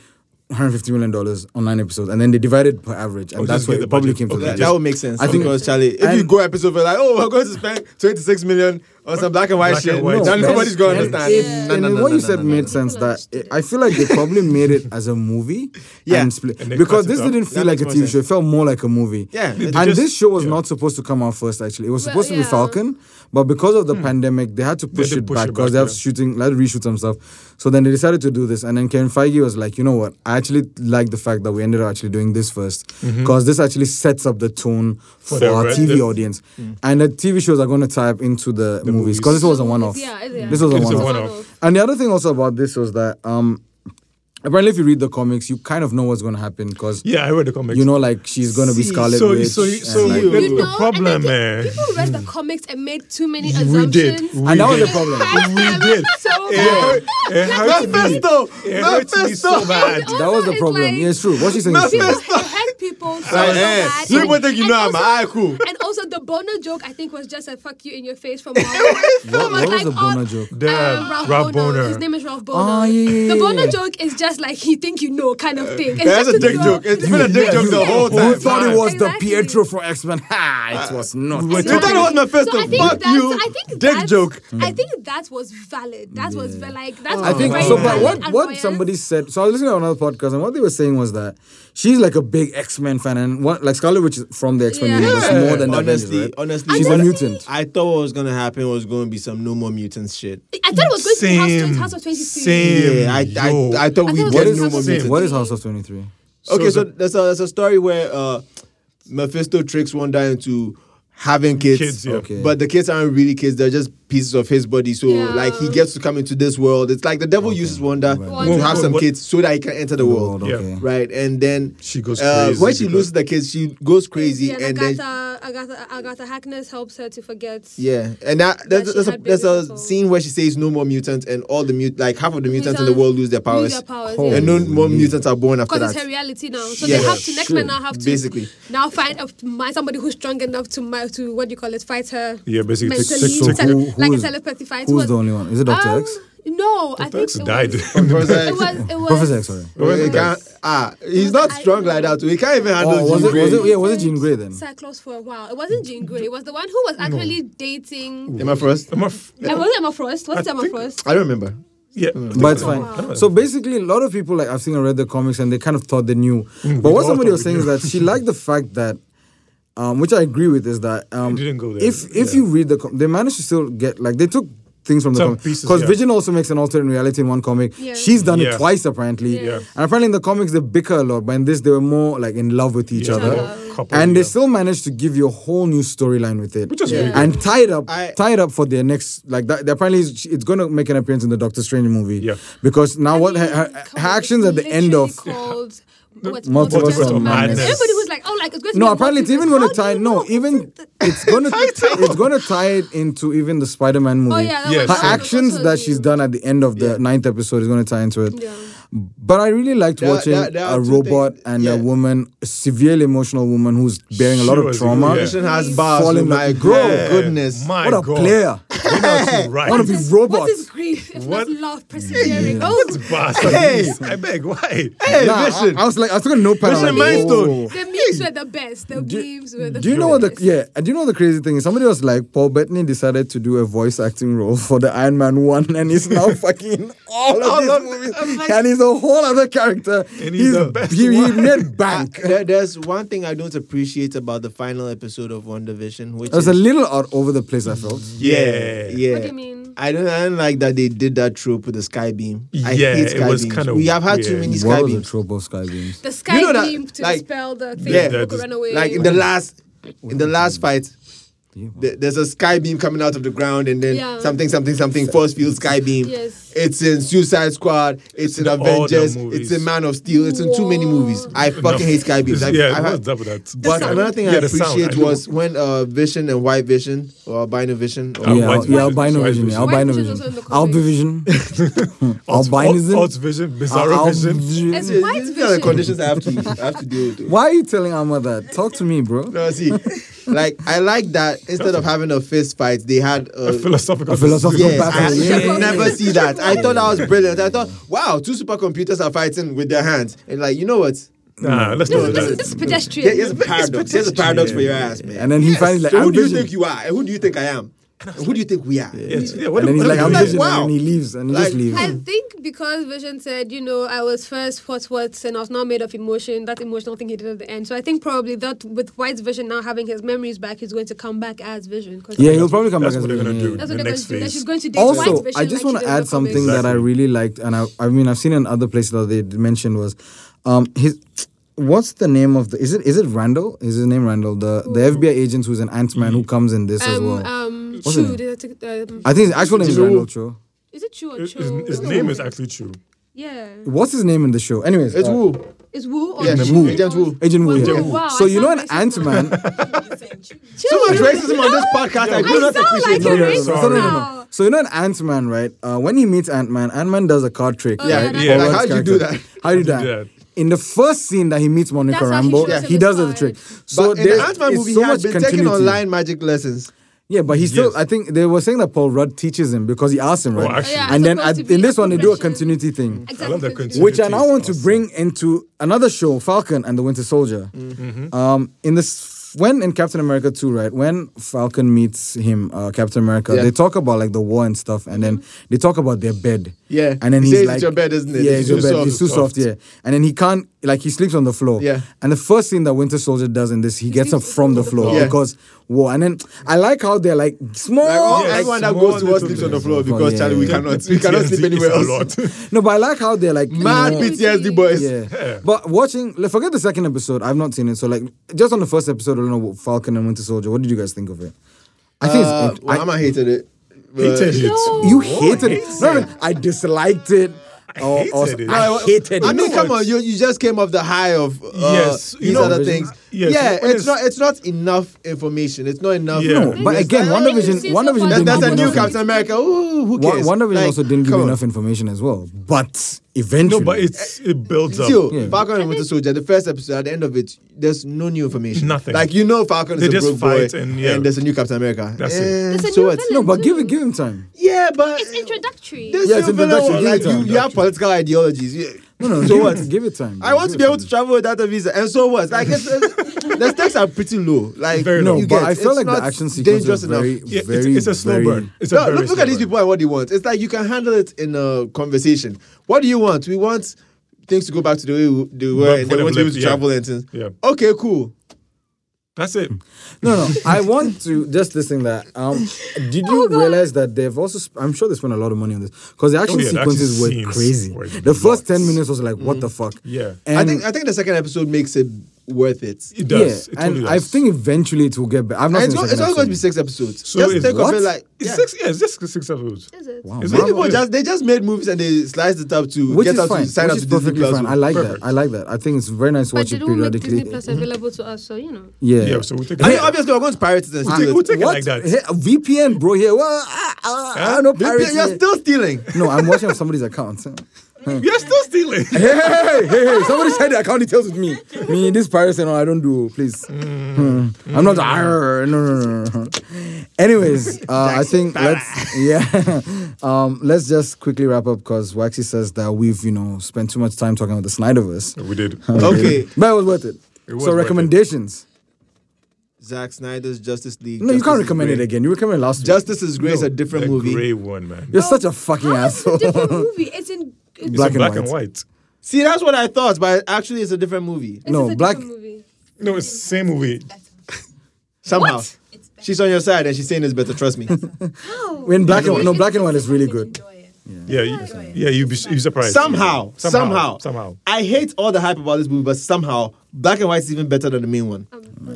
150 million dollars on nine episodes, and then they divided per average, and
Oh,
that's
just
where
get the
it probably
budget.
came to
Okay,
that,
that.
that would make sense.
I
I
think-
think because Charlie, if you
and-
go episode for like, oh, we're going to spend twenty six million on some black and white
Black and
shit,
white
that
stuff.
nobody's gonna
And
understand.
it-
No,
and
no,
then
no,
what
no,
you
no,
said
no,
made
no.
sense
People
that it- I feel like they probably made it as a movie.
Yeah.
and split-
And they
because
cut it
this
out.
didn't feel
That
like a
makes
TV
more
show. It felt more like a movie.
Yeah. They
and
just-
this show was not supposed to come out first. Actually, it was
Well,
supposed to be
yeah.
Falcon, but because of the pandemic, they had to push
did
it
push
back
it
because
back,
they have
yeah.
shooting, like reshoot some stuff. So then they decided to do this, and then Kevin Feige was like, you know what? I actually like the fact that we ended up actually doing this first because this actually sets up the tone for,
the
our
re-
TV
the-
audience, and the TV shows are going to tie up into the, movies
movies.
because this was a one-off.
Yeah, it- yeah.
This was a
It's a
one-off.
one-off.
And the other thing also about this was that um, apparently, if you read the comics, you kind of know what's going to happen because
Yeah, I read the comics.
you know, like she's going to be
See,
Scarlet
so
Witch.
so
and,
so
like-
You
that's
You
the
know,
problem,
and I
man.
think people read the comics and made too many
We
assumptions.
did. We
and that was
did.
the problem.
We did.
So
It
bad.
hurt- it hurt me.
Mephisto,
It hurts me so
Mephisto.
bad.
Also,
That was the
it's
problem.
like-
yeah, it's true. What she's saying is true.
People, it hurt people so, so
Like, eh,
bad.
you
And-
people think you
and
know I'm
also-
alright, Ah, cool.
And also the Bono joke, I think, was just a fuck you in your face from Marvel. It
What,
was
what was
like,
the Bono
oh,
joke?
The
um,
uh,
Ralph, Bono. His name is Ralph Bono.
Ah, yeah, yeah,
the
yeah,
Bono
yeah.
joke is just like he think you know kind of thing. It's
That's
just
a
to
dick
throw-
joke. It's been a dick joke the whole
You
time.
thought it was
Exactly.
the Pietro from X Men. Ha! It was not.
were
You thought it was Mephisto.
So I think
Fuck
that's-
you.
I think
Dick
that's-
joke.
I think that was valid. That was ve- like that's.
uh,
I think
very
so. But
valid
what
and
what
biased.
somebody said. So I was listening to another podcast, and what they were saying was that she's like a big X Men fan, and what like Scarlet Witch is from the X Men
Yeah.
universe
Yeah.
more than the Avengers,
honestly,
right?
honestly,
she's a
what I-
mutant.
I thought what was gonna happen was gonna be some no more mutants shit.
I thought it was going to be
Same.
House, House of Twenty Three.
Same.
Yeah, I
yo.
I, I thought
I
we
thought
get
it
no
was
more
House of
mutants.
Same.
What is House of Twenty Three?
Okay, so,
So the-
there's a there's a story where uh, Mephisto tricks one guy into having kids,
Kids, yeah.
Okay.
but the kids aren't really kids; they're just pieces of his body. So
Yeah.
like he gets to come into this world. It's like the devil uses Wanda
Wanda.
to have some
What-
kids so that he can enter the world.
World, okay.
Right, and then
She goes
uh, when
crazy
she loses the kids, she goes crazy,
Yeah,
and then
Agatha, Agatha, Agatha Harkness helps her to forget.
Yeah, and that, there's,
she
there's, a,
had
there's
babies
a
before.
scene where she says no more mutants, and all the mut like half of the mutants in the world lose their powers,
Lose their powers,
Oh.
yeah.
and no more mutants are born after
Because it's her
that.
reality now, so
Yeah.
they have to next
Sure.
man now have to
Basically.
now find a, my, somebody who's strong enough to my, to what do you call it fight her.
Yeah, basically take-
mentally,
take some-
tele-
Who- who
like
is-
a telepathy fight.
Who's
What-
the only one? Is it Dr.
Um,
X?
No, I think
X
it
died.
Was,
Professor
it
X-
was. It was.
Professor X, sorry.
Oh, he can't- ah, he's not
I-
strong like that. too. He can't even handle
Oh, was
Jean
it-
Grey.
was it- yeah, was it Jean Grey then?
Cyclops for a while. It wasn't Jean Grey. It was the one who was actually dating.
Am I first?
Am I f-
It wasn't Emma Frost. Was it
I
Emma
think-
Frost?
I don't remember.
yeah.
But it's
Wow.
fine. So basically, a lot of people like I've seen and read the comics, and they kind of thought they knew. but
we
what
all
somebody
Mm, thought
was
we
saying is
knew.
that she liked the fact that, um, which I agree with, is that um,
didn't go there,
if if
yeah.
you read the, com- they managed to still get like they took things from the
Some
comic
pieces,
because
yeah.
Vision also makes an alternate reality in one comic.
Yeah.
She's done it
Yeah.
twice apparently,
Yeah.
and apparently in the comics they bicker a lot, but in this they were more like in love with each
Yeah.
other.
Yeah. Couple,
and they
yeah.
still managed to give you a whole new storyline with it,
Which was really
and tie it up,
I-
tie it up for their next like that. Apparently, it's, it's going to make an appearance in the Doctor Strange movie.
Yeah.
Because now
I
what
mean,
her, her,
come
her
on,
actions
it's
at the end
literally
of
called what's
Multiverse
of Madness.
Everybody who's like, oh, like it's going to be
no,
a
apparently it's even
multiverse.
going
How
to
do
tie
you
no
know?
even it's going to it's going to tie it into even the Spider-Man movie.
Oh yeah, that
Yes.
was
Her actions that she's done at the end of the ninth episode is going to tie into it.
Yeah.
But I really liked
There are-
watching
there are- there are
a
two
robot
things-
and
yeah.
a woman, a severely emotional woman who's bearing a lot
She
of
was-
trauma.
yeah.
Vision has bars.
Fall
oh
in
My
love.
God,
Yeah.
goodness.
My
What a
God.
player!
You're not right.
What a big robot.
What is grief if
What-
not love persevering? Oh,
bastard.
Hey.
I beg. Why?
Hey,
Nah, I,
listen.
I was like, I took a notepad. I was
Listen,
like,
Mind
whoa.
Stone.
the memes were the best. The memes were the.
Do you know what the
best.
yeah? Do you know what the crazy thing is? Somebody was like, Paul Bettany decided to do a voice acting role for the Iron Man one, and he's now fucking all of these movies, and he's a whole other character.
And he's the best
he, he
one.
made bank.
There- there's one thing I don't appreciate about the final episode of One Division, which
I was a
is
little out over the place. I felt.
yeah,
Yeah.
yeah.
What do you mean?
I don't, I don't like that they did that trope with the sky beam. I
Yeah,
hate
it
sky
was
beams.
kinda
we have had too
weird.
many sky
What was the
beams.
trouble of sky beams?
The sky
know that,
beam to
like,
dispel the thing.
yeah,
Yeah,
that is-
run away.
Like in the last, in the last fight,
Yeah.
th- there's a sky beam coming out of the ground, and then
Yeah.
something, something, something, force field sky beam.
Yes.
It's in Suicide Squad. It's, in
in all the
Avengers. It's
movies.
in Man of Steel. It's in too many
Whoa.
movies. I fucking hate sky beams. I've-
yeah,
I've
I
had-
was double that.
But another thing I
Yeah, the sound,
appreciate
I know.
was when uh, Vision and White Vision or Albino Vision. Or
Yeah,
yeah,
white
yeah,
vision,
albino
white
vision,
vision.
albino
White vision
vision,
is also
albivision,
Alt,
albinism,
vision, bizarro vision.
It's
albivision.
white
These are the
vision.
conditions I have to I have to deal with.
Why are you telling Amma that? Talk to me, bro.
No, see, like I like that instead of having a fist fight, they had
A
a.
philosophical,
A philosophical
Yes, I,
battle.
yeah.
I never see that. I thought that was brilliant. I thought, wow, two supercomputers are fighting with their hands, and like you know what?
Nah, let's not.
This is, this is,
let's-
this is pedestrian.
Yeah, it's a paradox. There's a paradox for your ass, man.
And then he finally like,
so who do you
ambition.
think you are? And who do you think I am? And who do you think we are?
Yes, yeah, what
and
do-
then he's
what
like,
do
I'm
we do?
vision,
wow.
and then he leaves, and he
Like,
just leaves.
I think because Vision said, you know, I was first what what's and I was not made of emotion, that emotional thing he did at the end. So I think probably that with White's Vision now having his memories back, he's going to come back as Vision. 'cause-
yeah, he'll probably come
That's
back
what
as
they're
Vision,
gonna
yeah.
do.
That's
The
what they're going
next
to do. That
phase.
she's going to date
also,
White's Vision.
I just
like
want to
she did in
add
the comics.
something that I
Exactly.
really liked, and I, I mean, I've seen in other places that they mentioned was, um, his, what's the name of the? Is it is it Randall? Is his name Randall? The the FBI agent who's an Ant Man who comes in this as
Um,
well.
um,
What's
Chu,
her name?
did I take- um,
I think his actual name is
Joe-
Randall Cho.
is it Chu or
His,
Cho?
his name is actually true.
Yeah.
What's his name in the show? Anyways,
It's
uh,
Wu.
Is Wu or
Yeah,
Chu?
Wu.
Agent Wu.
Agent Wu.
Agent
yeah.
Wu. Wow,
so
I
you know
sound
an Ant
racist now.
Man.
So much racism on this podcast. I do
I
not
sound
appreciate
like
it.
you're
So,
racist
no, no, no.
now.
So you know an Ant Man, right? Uh, when he meets Ant Man, Ant Man does a card trick.
Oh, yeah,
right?
Yeah.
Like,
Or
how'd you
Ant-Man's
do
character.
that?
How do you do
How'd you
that?
do
In the first scene that he meets Monica
That's how he
Rambo,
shows him
he
his
does the
card.
trick.
But
So
in the
there's
Ant-Man
it's
movie,
so
he had
much
been
continuity.
taking online magic lessons.
Yeah, but he still.
Yes.
I think they were saying that Paul Rudd teaches him because he asked him, right?
actually.
Yeah,
and
it's
then
supposed
at,
to be
in this
a
one, they do a
progression.
continuity thing.
Exactly.
I love that
because
continuity.
which I now want to
awesome.
bring into another show, Falcon and the Winter Soldier.
Mm-hmm.
Um, in this, when in Captain America 2, right? When Falcon meets him, uh, Captain America,
Yeah. Mm-hmm.
they talk about like the war and stuff, and then they talk about their bed.
Yeah.
and then
He
he's
says, "It's
like,
your bed, isn't it?
Yeah, it's
It's
your
too
bed.
soft,
it's too
it's
soft.
soft."
Yeah, and then he can't like he sleeps on the floor.
Yeah.
and the first thing that Winter Soldier does in this, he gets up
sleeps
from the floor
Yeah.
because whoa. And then I like how they're like small.
Like, oh,
Yeah,
like,
everyone that
small
goes to work
little
sleeps on the
things.
floor
Oh,
because
yeah,
Charlie, we
yeah.
cannot, we cannot sleep
PTSD
anywhere
is a
else.
lot.
no, but I like how they're like
Mad
small.
PTSD boys.
Yeah. But watching, like, forget the second episode. I've not seen it. So, like, just on the first episode, I don't know, Falcon and Winter Soldier, what did you guys think of it? I think
Uh,
it's.
well,
I,
Amma hated it.
Hated it.
No.
You hated it.
hates
No, I,
it.
mean, I disliked it. Or,
hated
or-
it.
I hated
I mean,
it.
come on, you, you just came off the high of uh,
Yes, you
these
know,
other
vision-
things.
yes,
yeah,
when
it's
it's-
not it's not enough information. It's not enough.
Yeah. No,
But again,
Why did you
WandaVision,
say so
WandaVision
far?
That-
didn't
that's
give
a
you
new
enough-
Captain America. Ooh, who
Wa-
cares?
WandaVision
Like,
also didn't give
come
you
on.
enough information as well. But eventually,
No, but it's it builds up.
Still,
Yeah.
Falcon and Winter Soldier, the first episode, at the end of it, there's no new information.
Nothing.
Like you know, Falcon
They
is a
just
broke boy,
fight and, yeah.
there's a new Captain America.
That's it.
Eh,
There's a
so
new
what?
villain.
no, but give
too.
it, give him time.
Yeah, but
It's introductory.
There's
Yeah,
no
it's
villain.
introduction,
Like,
yeah.
you, you have political ideologies. Yeah.
No, no,
So
give,
what?
It, give it time.
I want to be able to travel without a visa, and so what? Like, it's, it's, the stakes are pretty low. Like,
Very
No,
low.
you
but
get,
I feel
it's
like
not
the action sequence
dangerous
was very,
enough.
Yeah, it's-
very,
it's, a slow
very-
burn. It's a
No,
very
look, look
slow
at these
burn.
people and what they want. It's like you can handle it in a conversation. What do you want? We want things to go back to the way we- they were,
But
and
for
they
them
want to be able to
left, yeah.
travel and things.
Yeah.
Okay, cool.
That's it.
No, no. I want to just this thing that um, did you
Oh,
realize that they've also? Sp- I'm sure they spent a lot of money on this because the action
Oh, yeah, the action
sequences were
scenes
crazy.
were
the first ten
nuts. Mm.
minutes was like, what the fuck?
Yeah.
and
I think I think the second episode makes it worth it.
It does.
yeah,
it
and
totally
I
does.
think eventually it will get better. I've not
And
seen
it's
the
not, it's
second
not going to be
episode.
six episodes.
So
just
it's-
think
what?
of it like
it's
yeah.
six. Yeah, it's just six episodes.
Is it?
Wow,
It's
man.
Many people
Yeah.
just they just made movies and they sliced it up to
which
get
is
out
fine,
to sign
which
up
is
to Disney
perfectly
Plus.
fine. I like
Perfect.
that. I like that. I think it's very nice to
But
watch
they
it
don't make
periodically.
Disney Plus available to us, so you know.
Yeah,
Yeah, so we take
I mean,
it.
obviously we're going to pirate it and
take-
steal
we'll
it.
take it like that.
Hey, VPN, bro. Here, well, I, I, I don't know.
You're-
pirates
You're
here.
still stealing.
no, I'm watching on somebody's account.
You're still stealing.
hey, hey, hey, hey, somebody share the account details with me. Me, this pirate no, I don't do, please. Hmm. I'm not, Arr, no, no, no, no, no. Anyways, uh, I think let's, yeah, um, let's just quickly wrap up because Waxy says that we've, you know, spent too much time talking about the Snyderverse.
we did.
Okay.
But it was worth it.
It was
so
worth it.
recommendations.
Zack Snyder's Justice League.
No, you
Justice
can't
is
recommend it
great.
again. You recommend last week.
Justice is Great is a different
the
movie.
Gray one, man.
You're such a fucking
Oh,
How is it
asshole.
a different movie. It's in. It's,
Black
Black,
and
black
white.
and white.
See, that's what I thought, but actually, it's a different movie.
it's
no,
a
black-
different movie.
No, it's the same movie.
Somehow, she's on your side and she's saying it's better. Trust me.
When black and
It's-
no
it's
black and white
different.
is really good.
Yeah, you, yeah, you'd be you surprised.
somehow,
somehow,
somehow,
somehow.
I hate all the hype about this movie, but somehow, Black and White is even better than the main one.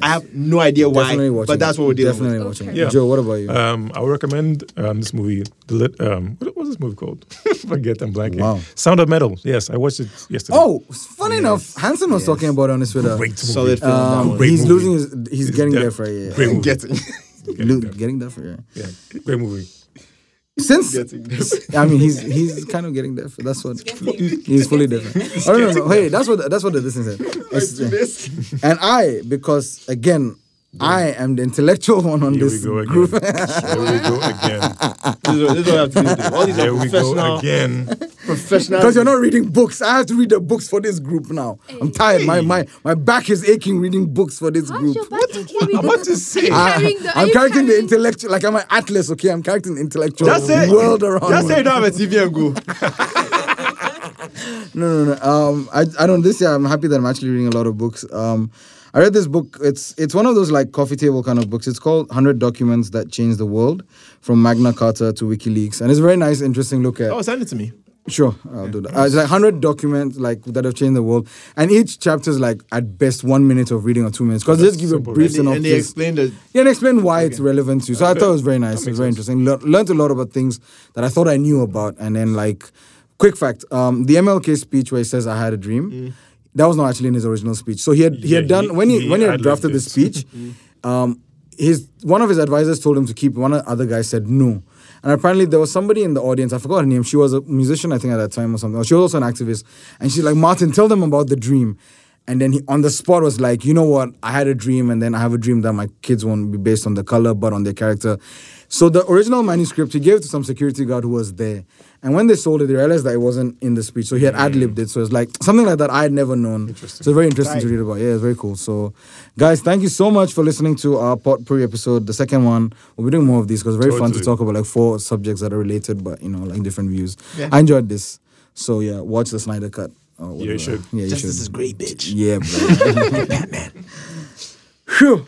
I have no idea why,
Definitely watching.
but that's what
it.
we're dealing
Definitely
with.
watching. it.
Okay. Yeah.
Joe, what about you?
Um, I would recommend um, this movie. The lit, um, what was this movie called? Forget I'm blanking.
Wow.
Sound of Metal. Yes, I watched it yesterday.
Oh, s- funny enough, Hanson was talking about it on his Twitter.
great movie.
Solid film.
Um,
Great
he's
movie.
losing his. He's, getting
def-
there for yeah.
Great movie.
Getting,
Lo- getting there for yeah.
Yeah, great movie.
Since
getting.
I mean, he's he's kind of getting there. For, that's what he's fully there. for. Oh, I don't know. Hey, that's what that's what the listener said. It's-
this.
and I, because again, I am the intellectual one on
Here we
this
go again.
group.
Here we go again.
This is what this is what I have to do. All these
Here
are
we go
professional,
again.
professional.
Because you're not reading books. I have to read the books for this group now. I'm tired. My my my back is aching reading books for this
How's
group.
your back aching?
I'm about to say.
Are you
I,
carrying the- are
am
you
carrying the
carrying-
intellectual, like I'm an atlas, okay? I'm carrying the intellectual
Just say,
world around.
just
me.
say you don't have a TV and go.
No, no, no. Um, I, I don't. This year, I'm happy that I'm actually reading a lot of books. Um, I read this book. It's it's one of those like coffee table kind of books. It's called Hundred Documents That Changed the World, from Magna Carta to WikiLeaks, and it's a very nice, interesting look at.
Oh, send it to me.
Sure, I'll do that. Uh, it's like hundred documents like that have changed the world, and each chapter is like at best one minute of reading or two minutes because they just give you a brief
And they, and they
synopsis.
explained it.
Yeah, and explain why it's relevant to you. So I thought it was very nice. It was very interesting. Lear- learned a lot about things that I thought I knew about. And then, like, quick fact um, the MLK speech where he says, I had a dream, that was not actually in his original speech. So he had, he
Yeah,
had done,
he-
when he,
he
when he had
ad-libbed
drafted the
it.
speech, um, his one of his advisors told him to keep, one other guy said no. And apparently there was somebody in the audience, I forgot her name, she was a musician, I think, at that time or something. Or she was also an activist. And she's like, Martin, tell them about the dream. And then he on the spot was like, you know what? I had a dream, and then I have a dream that my kids won't be based on the color, but on their character. So the original manuscript he gave to some security guard who was there. And when they sold it, they realized that it wasn't in the speech. So he
Mm.
had ad libbed it. So it's like something like that I had never known. So very interesting to read about. Yeah, it's very cool. So, guys, thank you so much for listening to our pot pre episode, the second one. We'll be doing more of these because very fun to
Totally.
talk about like four subjects that are related, but you know, like different views. I enjoyed this. So yeah, watch the Snyder Cut. Or
you
whatever.
should.
Yeah, you
Justice
should.
is great, bitch.
Yeah, bro. Phew.